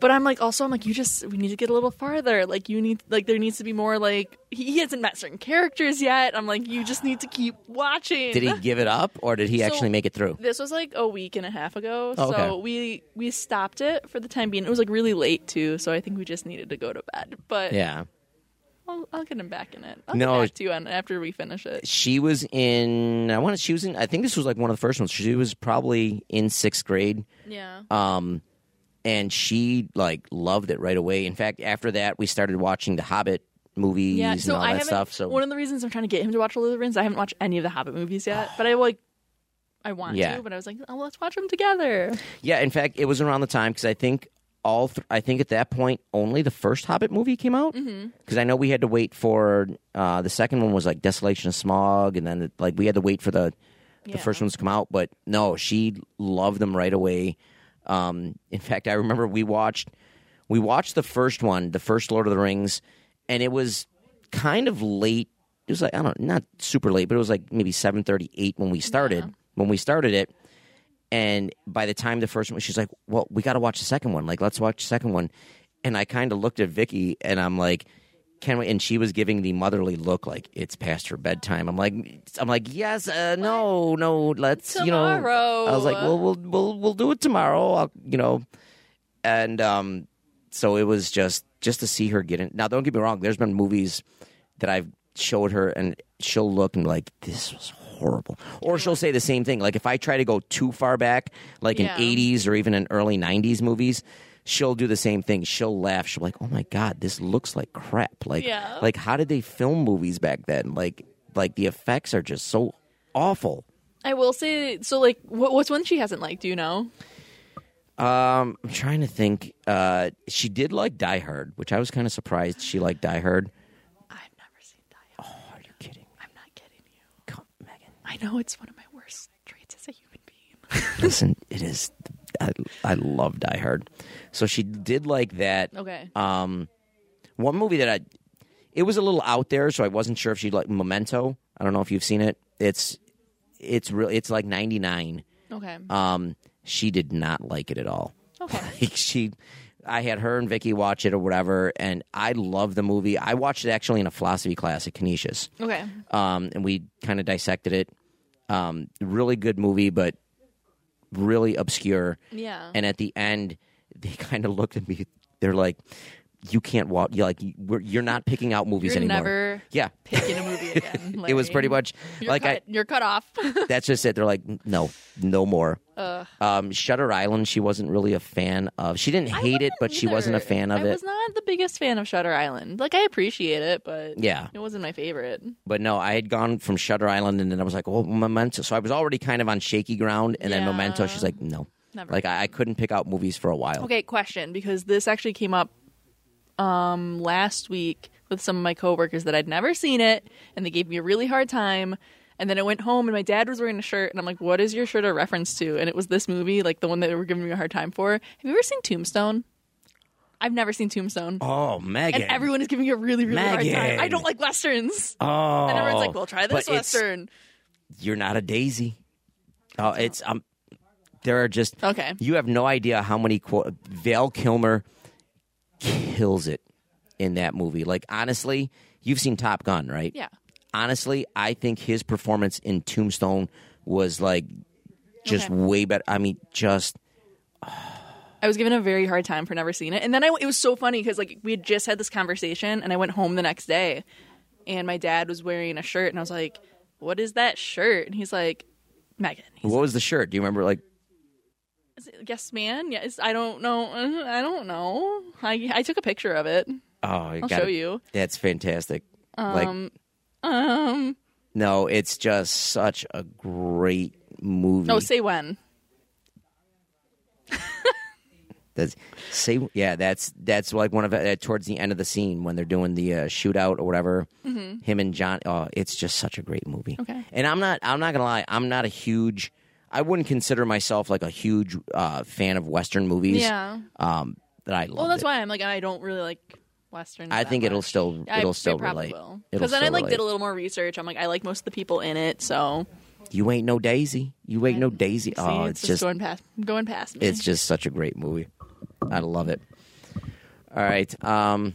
C: But I'm like also I'm like you just we need to get a little farther. Like you need like there needs to be more like he, he hasn't met certain characters yet. I'm like you just need to keep watching.
B: did he give it up, or did he
C: So-
B: actually make it through?
C: This was like a week and a half ago,
B: Oh, okay.
C: so we we stopped it for the time being. It was like really late too, so I think we just needed to go to bed. But
B: Yeah,
C: I'll, I'll get him back in it. I'll
B: No,
C: get back to you on, after we finish it.
B: she was in. I want to. She was in. I think this was like one of the first ones. She was probably in sixth grade.
C: Yeah.
B: Um, and she like loved it right away. In fact, after that, we started watching the Hobbit movies
C: Yeah.
B: and
C: So
B: all
C: I
B: that
C: haven't.
B: stuff. So
C: one of the reasons I'm trying to get him to watch Lord of the Rings, I haven't watched any of the Hobbit movies yet, but I like. I want
B: Yeah.
C: to, but I was like, oh, let's watch them together.
B: yeah, in fact, it was around the time because I think all. Th- I think at that point, only the first Hobbit movie came out. Because I know we had to wait for uh, the second one was like Desolation of Smog, and then like we had to wait for the the
C: Yeah.
B: first ones to come out. But no, she loved them right away. Um, in fact, I remember we watched we watched the first one, the first Lord of the Rings, and it was kind of late. It was like I don't not super late, but it was like maybe seven thirty eight when we started when we started it. And by the time the first one, she's like, "Well, we got to watch the second one. Like, let's watch the second one." And I kind of looked at Vicky, and I'm like, "Can we?" And she was giving the motherly look, like it's past her bedtime. I'm like, "I'm like, yes, uh, no, no, let's you know."
C: Tomorrow.
B: I was like, "Well, we'll we'll we'll do it tomorrow." I'll, you know, and um, so it was just just to see her get in. Now, don't get me wrong. There's been movies that I've showed her, and she'll look and be like, "This was horrible," or she'll say the same thing. Like if I try to go too far back, like
C: Yeah.
B: in '80s or even in early '90s movies. She'll do the same thing. She'll laugh. She'll be like, "Oh my god, this looks like crap." Like,
C: Yeah.
B: like how did they film movies back then? Like, like the effects are just so awful.
C: I will say so. Like, what, what's one she hasn't liked? Do you know?
B: Um, I'm trying to think. Uh, she did like Die Hard, which I was kind of surprised she liked Die Hard. Oh,
C: I've never seen Die Hard.
B: Are you kidding? me?
C: I'm not kidding you.
B: Come, Megan.
C: I know it's one of my worst traits as a human being.
B: Listen, it is. I, I love Die Hard, so she did like that.
C: Okay.
B: Um, one movie that I, it was a little out there, so I wasn't sure if she'd like Memento. I don't know if you've seen it. It's, it's real. It's like '99.
C: okay.
B: Um, she did not like it at all.
C: okay.
B: like she I had her and Vicky watch it or whatever, and I love the movie. I watched it actually in a philosophy class at Canisius,
C: Okay.
B: um, and we kind of dissected it. Um, really good movie, but really obscure.
C: Yeah.
B: And at the end, they kind of looked at me. They're like, "You can't watch. You're like, we're, you're not picking out movies
C: You're
B: anymore."
C: never
B: yeah,
C: picking a movie again.
B: it was
C: Larry.
B: pretty much
C: You're
B: like
C: cut,
B: I.
C: You're cut off.
B: That's just it. They're like, no, no more.
C: Ugh.
B: Um, Shutter Island, she wasn't really a fan of. She didn't
C: I
B: hate it,
C: wasn't
B: but she wasn't a
C: either.
B: fan of
C: I
B: it.
C: was not the biggest fan of Shutter Island. Like I appreciate it, but
B: Yeah.
C: it wasn't my favorite.
B: But no, I had gone from Shutter Island, and then I was like, "Oh, Memento." So I was already kind of on shaky ground, and then
C: Yeah.
B: Memento. She's like, "No,
C: Never.
B: like I, I couldn't pick out movies for a while."
C: Okay, question because this actually came up um last week with some of my coworkers that I'd never seen it and they gave me a really hard time and then I went home and my dad was wearing a shirt and I'm like, "What is your shirt a reference to?" And it was this movie, like the one that they were giving me a hard time for. Have you ever seen Tombstone? I've never seen Tombstone.
B: Oh, Megan.
C: and everyone is giving me a really, really hard
B: Megan.
C: time. I don't like westerns.
B: oh,
C: and everyone's like, "Well, try
B: but
C: this
B: it's-
C: western."
B: You're not a daisy. Oh, it's um. There are just
C: Okay.
B: You have no idea how many quote Val Kilmer kills it in that movie. Like honestly, you've seen Top Gun, right?
C: Yeah.
B: honestly, I think his performance in Tombstone was like just
C: Okay.
B: way better. I mean, just
C: I was given a very hard time for never seeing it. And then I, it was so funny because like we had just had this conversation, and I went home the next day, and my dad was wearing a shirt, and I was like, "What is that shirt?" And he's like, "Megan." He's,
B: what was the shirt? Do you remember? Like,
C: is it yes, man. Yes, I don't know. Uh, I don't know. I I took a picture of it.
B: oh, I'll
C: show you.
B: That's fantastic. like,
C: Um.
B: no, it's just such a great movie.
C: Oh, say when.
B: That's, say, yeah, that's that's like one of uh, towards the end of the scene when they're doing the uh, shootout or whatever. Him and John. Oh, it's just such a great movie.
C: Mm-hmm. Okay.
B: And I'm not. I'm not gonna lie. I'm not a huge. I wouldn't consider myself like a huge uh, fan of Western movies.
C: Yeah.
B: Um, that I love.
C: Well, that's why I'm like I don't really like westerns.
B: I
C: that
B: think it'll
C: much.
B: still
C: I-
B: it'll
C: I
B: still
C: probably
B: relate.
C: will.
B: It'll
C: then I
B: still
C: like did a
B: relate.
C: little more research. I'm like I like most of the people in it, so
B: You ain't no Daisy. You ain't no Daisy.
C: see,
B: oh, it's,
C: it's, just,
B: just
C: going past going past me.
B: it's just such a great movie. I love it. All right. Um,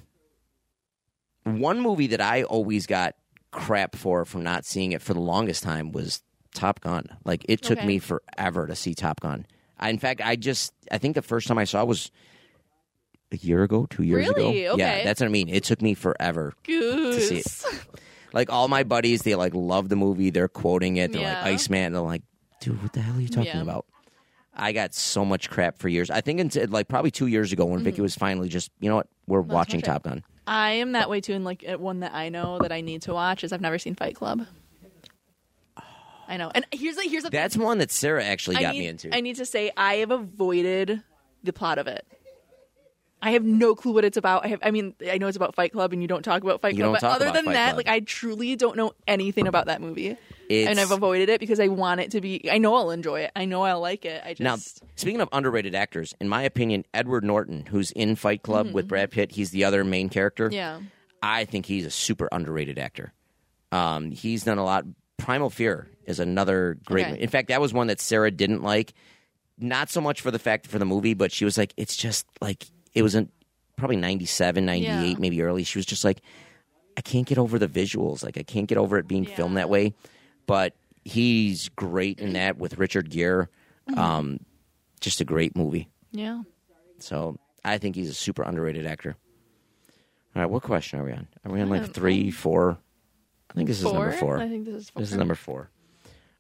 B: one movie that I always got crap for for not seeing it for the longest time was Top Gun. Like it took
C: Okay.
B: me forever to see Top Gun. I, in fact, I just I think the first time I saw it was a year ago, two years
C: Really?
B: ago. Yeah,
C: Okay.
B: that's what I mean. It took me forever
C: goose.
B: see it. like all my buddies, they like love the movie. They're quoting it. They're like
C: Yeah.
B: Iceman. They're like, dude, what the hell are you talking
C: Yeah.
B: about? I got so much crap for years. I think until like probably two years ago when Vicky was finally just, you know what, we're watching
C: Mm-hmm. watch
B: Top
C: it.
B: Gun.
C: I am that way too, and like at one that I know that I need to watch is I've never seen Fight Club. I know, and here's the here's the
B: That's one that Sarah actually
C: thing. I
B: got
C: need,
B: me into.
C: I need to say I have avoided the plot of it. I have no clue what it's about. I have, I mean, I know it's about Fight Club, and you don't talk about Fight
B: You
C: Club.
B: don't
C: But
B: talk
C: other
B: about
C: than
B: Fight
C: that,
B: Club.
C: like I truly don't know anything about that movie,
B: It's-
C: and I've avoided it because I want it to be. I know I'll enjoy it. I know I'll like it. I just
B: now, speaking of underrated actors, in my opinion, Edward Norton, who's in Fight Club
C: Mm-hmm.
B: with Brad Pitt, he's the other main character.
C: yeah.
B: I think he's a super underrated actor. Um, he's done a lot. Primal Fear is another great.
C: Okay.
B: In fact, that was one that Sarah didn't like. Not so much for the fact for the movie, but she was like, it's just like it was in probably 97, 98,
C: Yeah.
B: maybe early. She was just like, I can't get over the visuals. Like I can't get over it being filmed that way. But he's great
C: Mm-hmm.
B: in that with Richard Gere. Um, just a great movie.
C: Yeah.
B: So I think he's a super underrated actor. All right, what question are we on? Are we on like three, four? I think this is number four.
F: I think this is Um, four.
B: This is number four.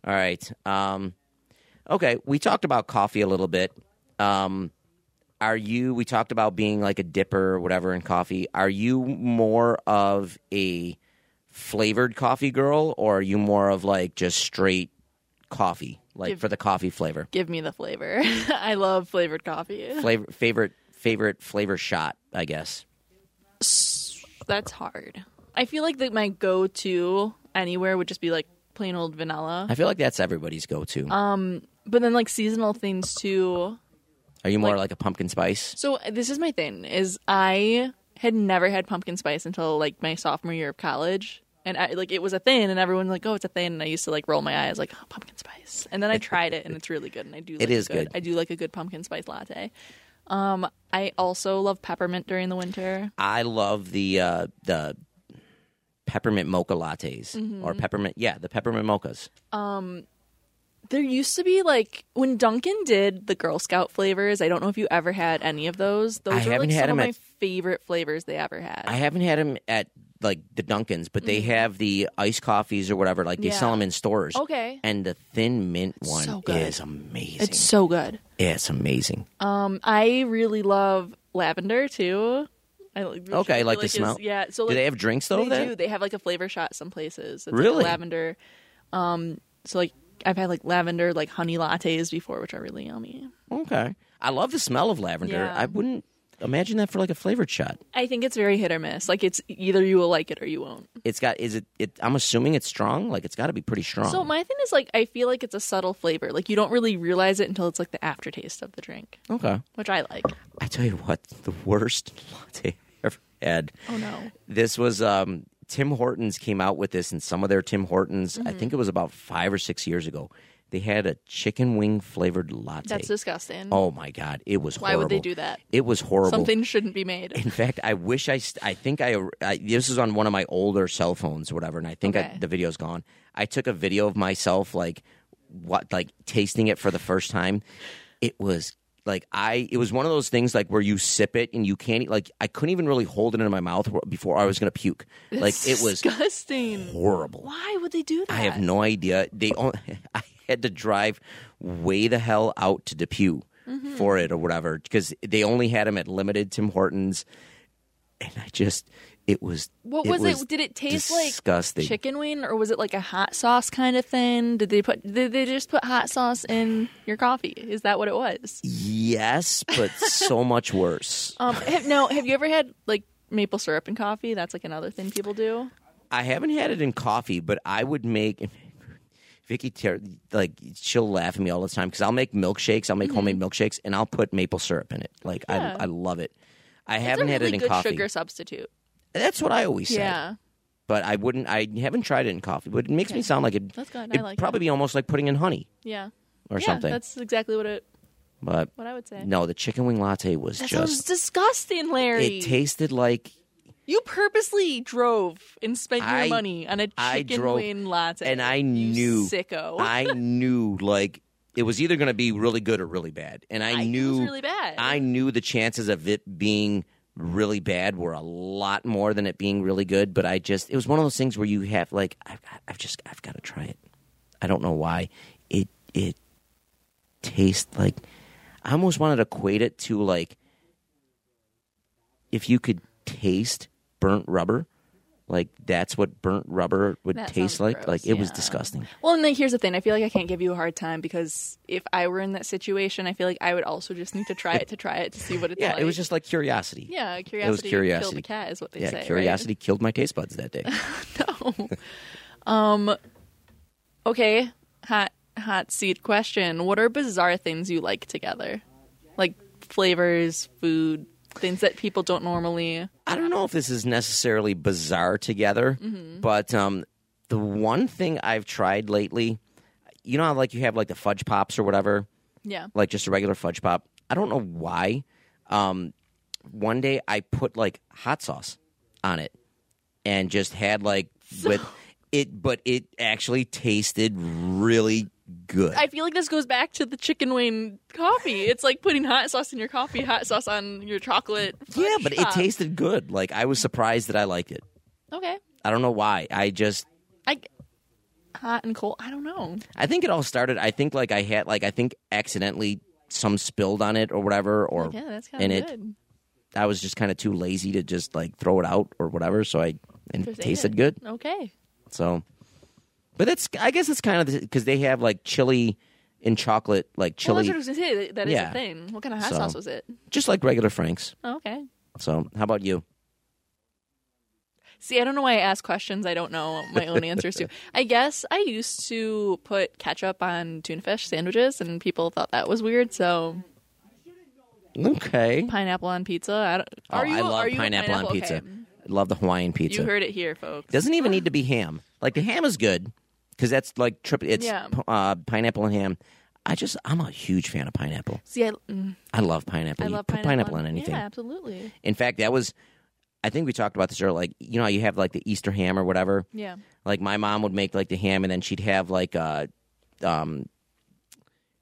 B: All right. Um, okay, we talked about coffee a little bit. Um, are you? We talked about being like a dipper or whatever in coffee. Are you more of a flavored coffee girl, or are you more of like just straight coffee, like
C: Give-
B: for the coffee flavor?
C: Give me the flavor.
B: Mm.
C: I love flavored coffee.
B: Flavor favorite favorite flavor shot, I guess.
C: That's hard. I feel like that my go-to anywhere would just be like plain old vanilla.
B: I feel like that's everybody's go-to.
C: But then like seasonal things too.
B: are you more like, a pumpkin spice?
C: So this is my thing is I had never had pumpkin spice until like my sophomore year of college. And I, like it was a thing, and everyone's like, "Oh, it's a thing." And I used to like roll my eyes, like, "Oh, pumpkin spice." And then I tried it, and it's really good. And I do. Like a
B: is good.
C: I do like a good pumpkin spice latte. Um, I also love peppermint during the winter.
B: I love the uh, the peppermint mocha lattes or peppermint. Yeah, the peppermint mochas.
C: There used to be like when Duncan did the Girl Scout flavors. I don't know if you ever had any of those. Those
B: I
C: were
B: haven't
C: like
B: had
C: some of
B: them
C: my
B: at-
C: favorite flavors they ever had.
B: I haven't had them at like the Dunkins, but they have the iced coffees or whatever. Like they sell
C: Yeah.
B: them in stores.
C: Okay.
B: And the thin mint one
C: so good.
B: is amazing.
C: it's so good.
B: Yeah, it's amazing.
C: Um, I really love lavender too. I li- really
B: Okay,
C: feel
B: like the
C: is-
B: smell.
C: yeah. So
B: Do
C: like,
B: they have drinks though?
C: they
B: there?
C: do. They have like a flavor shot some places. It's
B: Really?
C: like lavender. Um, so like I've had like lavender like honey lattes before, which are really yummy.
B: Okay. I love the smell of lavender.
C: Yeah.
B: I wouldn't imagine that for like a flavored shot.
C: I think it's very hit or miss. Like it's either you will like it or you won't.
B: It's got is it, it I'm assuming it's strong? Like it's got to be pretty strong.
C: So my thing is like I feel like it's a subtle flavor. Like you don't really realize it until it's like the aftertaste of the drink,
B: okay.
C: which I like.
B: I tell you what, the worst latte I ever had.
C: Oh no.
B: This was um, Tim Hortons came out with this, and some of their Tim Hortons,
C: Mm-hmm.
B: I think it was about five or six years ago. They had a chicken wing flavored latte.
C: That's disgusting.
B: oh my god, it was.
C: Why would they
B: horrible.
C: do that?
B: It was horrible.
C: Something shouldn't be made.
B: In fact, I wish I. St- I think I, I. This is on one of my older cell phones, or whatever, and I think I,
C: Okay.
B: the video's gone. I took a video of myself, like what, like tasting it for the first time. It was like I. It was one of those things like where you sip it and you can't. eat- Like I couldn't even really hold it in my mouth wh- before I was gonna puke. Like it was
C: disgusting.
B: horrible.
C: Why would they do that?
B: I have no idea. They on- I had to drive way the hell out to Depew
C: Mm-hmm.
B: for it or whatever because they only had them at limited Tim Hortons, and I just it was
C: What
B: it
C: was,
B: was
C: it? Did it taste
B: disgusting.
C: like chicken wing, or was it like a hot sauce kind of thing? Did they put? Did they just put hot sauce in your coffee? Is that what it was?
B: Yes, but so much worse.
C: Um, have, now, have you ever had like maple syrup in coffee? That's like another thing people do.
B: I haven't had it in coffee, but I would make. Vicky, ter- like she'll laugh at me all the time because I'll make milkshakes. I'll make homemade milkshakes, and I'll put maple syrup in it. Like
C: Mm-hmm. Yeah.
B: I, I love it. I
C: It's
B: haven't
C: a
B: had
C: really
B: it in
C: good
B: coffee.
C: sugar substitute.
B: That's what I always say.
C: Yeah,
B: but I wouldn't. I haven't tried it in coffee, but it makes me sound like it.
C: That's good. I
B: It'd
C: like
B: probably be almost like putting in honey
C: yeah,
B: or
C: yeah.
B: something.
C: That's exactly what it.
B: But
C: What I would say.
B: no, the chicken wing latte was
C: that sounds
B: just.
C: disgusting, Larry.
B: It tasted like
C: you purposely drove and spent
B: I-
C: your money on a
B: I
C: chicken
B: drove-
C: wing latte,
B: and I
C: You
B: knew-
C: sicko.
B: I knew like it was either going to be really good or really bad, and I,
C: I think it
B: knew
C: was really bad.
B: I knew the chances of it being really bad were a lot more than it being really good. But I just it was one of those things where you have like I've, I've just I've got to try it. I don't know why it it tastes like. I almost wanted to equate it to like if you could taste burnt rubber. Like that's what burnt rubber would
C: That
B: taste
C: sounds
B: like.
C: gross,
B: like it was
C: yeah.
B: disgusting.
C: Well, and like, here's the thing. I feel like I can't give you a hard time because if I were in that situation, I feel like I would also just need to try it to try it to see what it's
B: Yeah,
C: like.
B: it was just like curiosity.
C: yeah, curiosity,
B: curiosity.
C: killed the cat is what they
B: Yeah,
C: say. right?
B: curiosity killed my taste buds that day.
C: Okay, hot hot seat question. What are bizarre things you like together? Like flavors, food, things that people don't normally.
B: I don't know if this is necessarily bizarre together, but um, the one thing I've tried lately, you know how like you have like the fudge pops or whatever,
C: Yeah.
B: like just a regular fudge pop. I don't know why. Um, one day I put like hot sauce on it and just had like with it, but it actually tasted really good.
C: I feel like this goes back to the chicken wing coffee. It's like putting hot sauce in your coffee, hot sauce on your chocolate.
B: yeah, but it
C: shop.
B: tasted good. Like I was surprised that I liked it.
C: okay.
B: I don't know why. I just
C: I hot and cold. I don't know.
B: I think it all started. I think like I had like I think accidentally some spilled on it or whatever, or
C: Yeah, that's kind
B: and
C: of
B: it
C: good.
B: I was just kind of too lazy to just like throw it out or whatever. So I and it
C: Just ate
B: tasted
C: it.
B: good.
C: Okay.
B: So, but that's I guess it's kind of because they have like chili and chocolate like
C: Well, that's
B: chili,
C: what I was gonna say. That- That is
B: Yeah.
C: a thing. What kind of hot
B: So.
C: sauce was it?
B: just like regular Franks.
C: Oh, okay.
B: So how about you?
C: See, I don't know why I ask questions I don't know my own answers to. I guess I used to put ketchup on tuna fish sandwiches, and people thought that was weird. So
B: Okay.
C: pineapple on pizza. I don't,
B: Oh,
C: are you,
B: I love
C: are you a
B: pineapple, on
C: pineapple?
B: pizza.
C: Okay.
B: I love the Hawaiian pizza.
C: You heard it here, folks.
B: Doesn't even need to be ham. Like the ham is good because that's like triple. It's
C: Yeah.
B: p- uh, pineapple and ham. I just I'm a huge fan of pineapple.
C: See, I, mm,
B: I love pineapple.
C: I
B: You
C: love
B: put
C: pineapple,
B: on anything.
C: Yeah, absolutely.
B: In fact, that was I think we talked about this earlier. Like you know, how you have like the Easter ham or whatever.
C: Yeah.
B: Like my mom would make like the ham, and then she'd have like uh, um,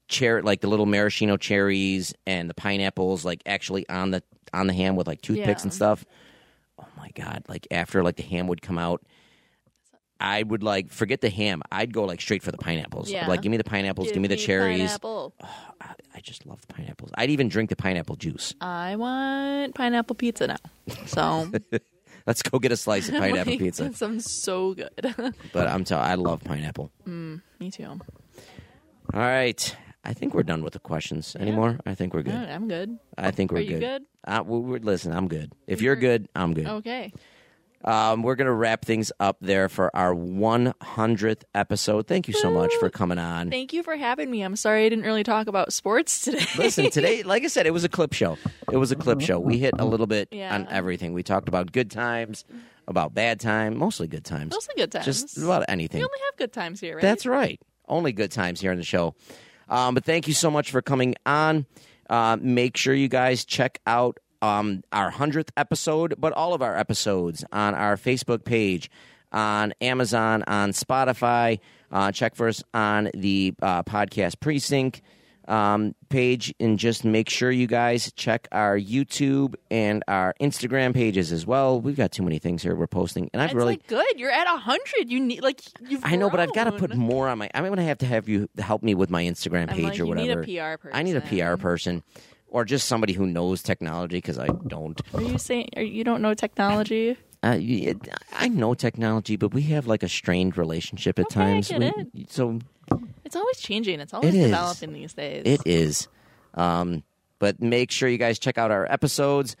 B: cherry, like the little maraschino cherries and the pineapples, like actually on the on the ham with like toothpicks and
C: Yeah.
B: stuff. Oh my god! Like after like the ham would come out. I would like forget the ham. I'd go like straight for the pineapples.
C: Yeah.
B: Like, give me the pineapples. Give, me the cherries.
C: Pineapple.
B: I, I just love pineapples. I'd even drink the pineapple juice.
C: I want pineapple pizza now. So
B: Let's go get a slice of pineapple
C: like,
B: pizza.
C: That sounds so good.
B: But I'm telling, I love pineapple.
C: Me too.
B: All right, I think we're done with the questions anymore. I think we're
C: All
B: good.
C: right, I'm good.
B: I think we're
C: Are you good?
B: Uh, we we're, listen, I'm good. If you're good, I'm good.
C: Okay.
B: Um, we're gonna wrap things up there for our 100th episode. Thank you so much for coming on.
C: Thank you for having me. I'm sorry I didn't really talk about sports today.
B: Listen, today, like I said, it was a clip show. It was a clip show. We hit a little bit
C: Yeah.
B: on everything. We talked about good times, about bad time, mostly good times.
C: Mostly good times.
B: Just about anything.
C: we only have good times here, right?
B: That's right. Only good times here on the show. Um, but thank you so much for coming on. Uh, make sure you guys check out um, our 100th episode, but all of our episodes on our Facebook page, on Amazon, on Spotify. Uh, check for us on the uh, podcast precinct um, page and just make sure you guys check our YouTube and our Instagram pages as well. We've got too many things here we're posting, and I've
C: That's
B: really
C: like good. You're at hundred. You need like you've.
B: I know, but I've got to put
C: grown.
B: more on my. I'm going to have to have you help me with my Instagram
C: I'm
B: page
C: like,
B: or
C: you need
B: whatever.
C: a PR
B: I need a
C: person.
B: PR person, or just somebody who knows technology because I don't.
C: Are you saying are, you don't know technology?
B: Uh, y- I know technology, but we have like a strained relationship at
C: Okay, I
B: times.
C: get
B: We- So
C: It's always changing. It's always
B: It is.
C: developing these days.
B: it is. Um, but make sure you guys check out our episodes.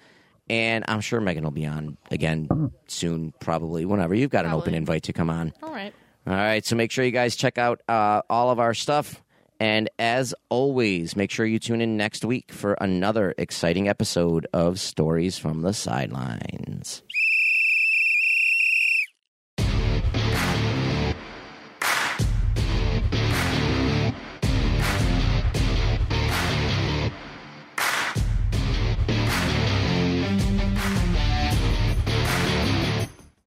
B: And I'm sure Megan will be on again soon, probably whenever. You've got an open
C: Probably.
B: invite to come on.
C: All right.
B: All right, so make sure you guys check out uh, all of our stuff. And as always, make sure you tune in next week for another exciting episode of Stories from the Sidelines.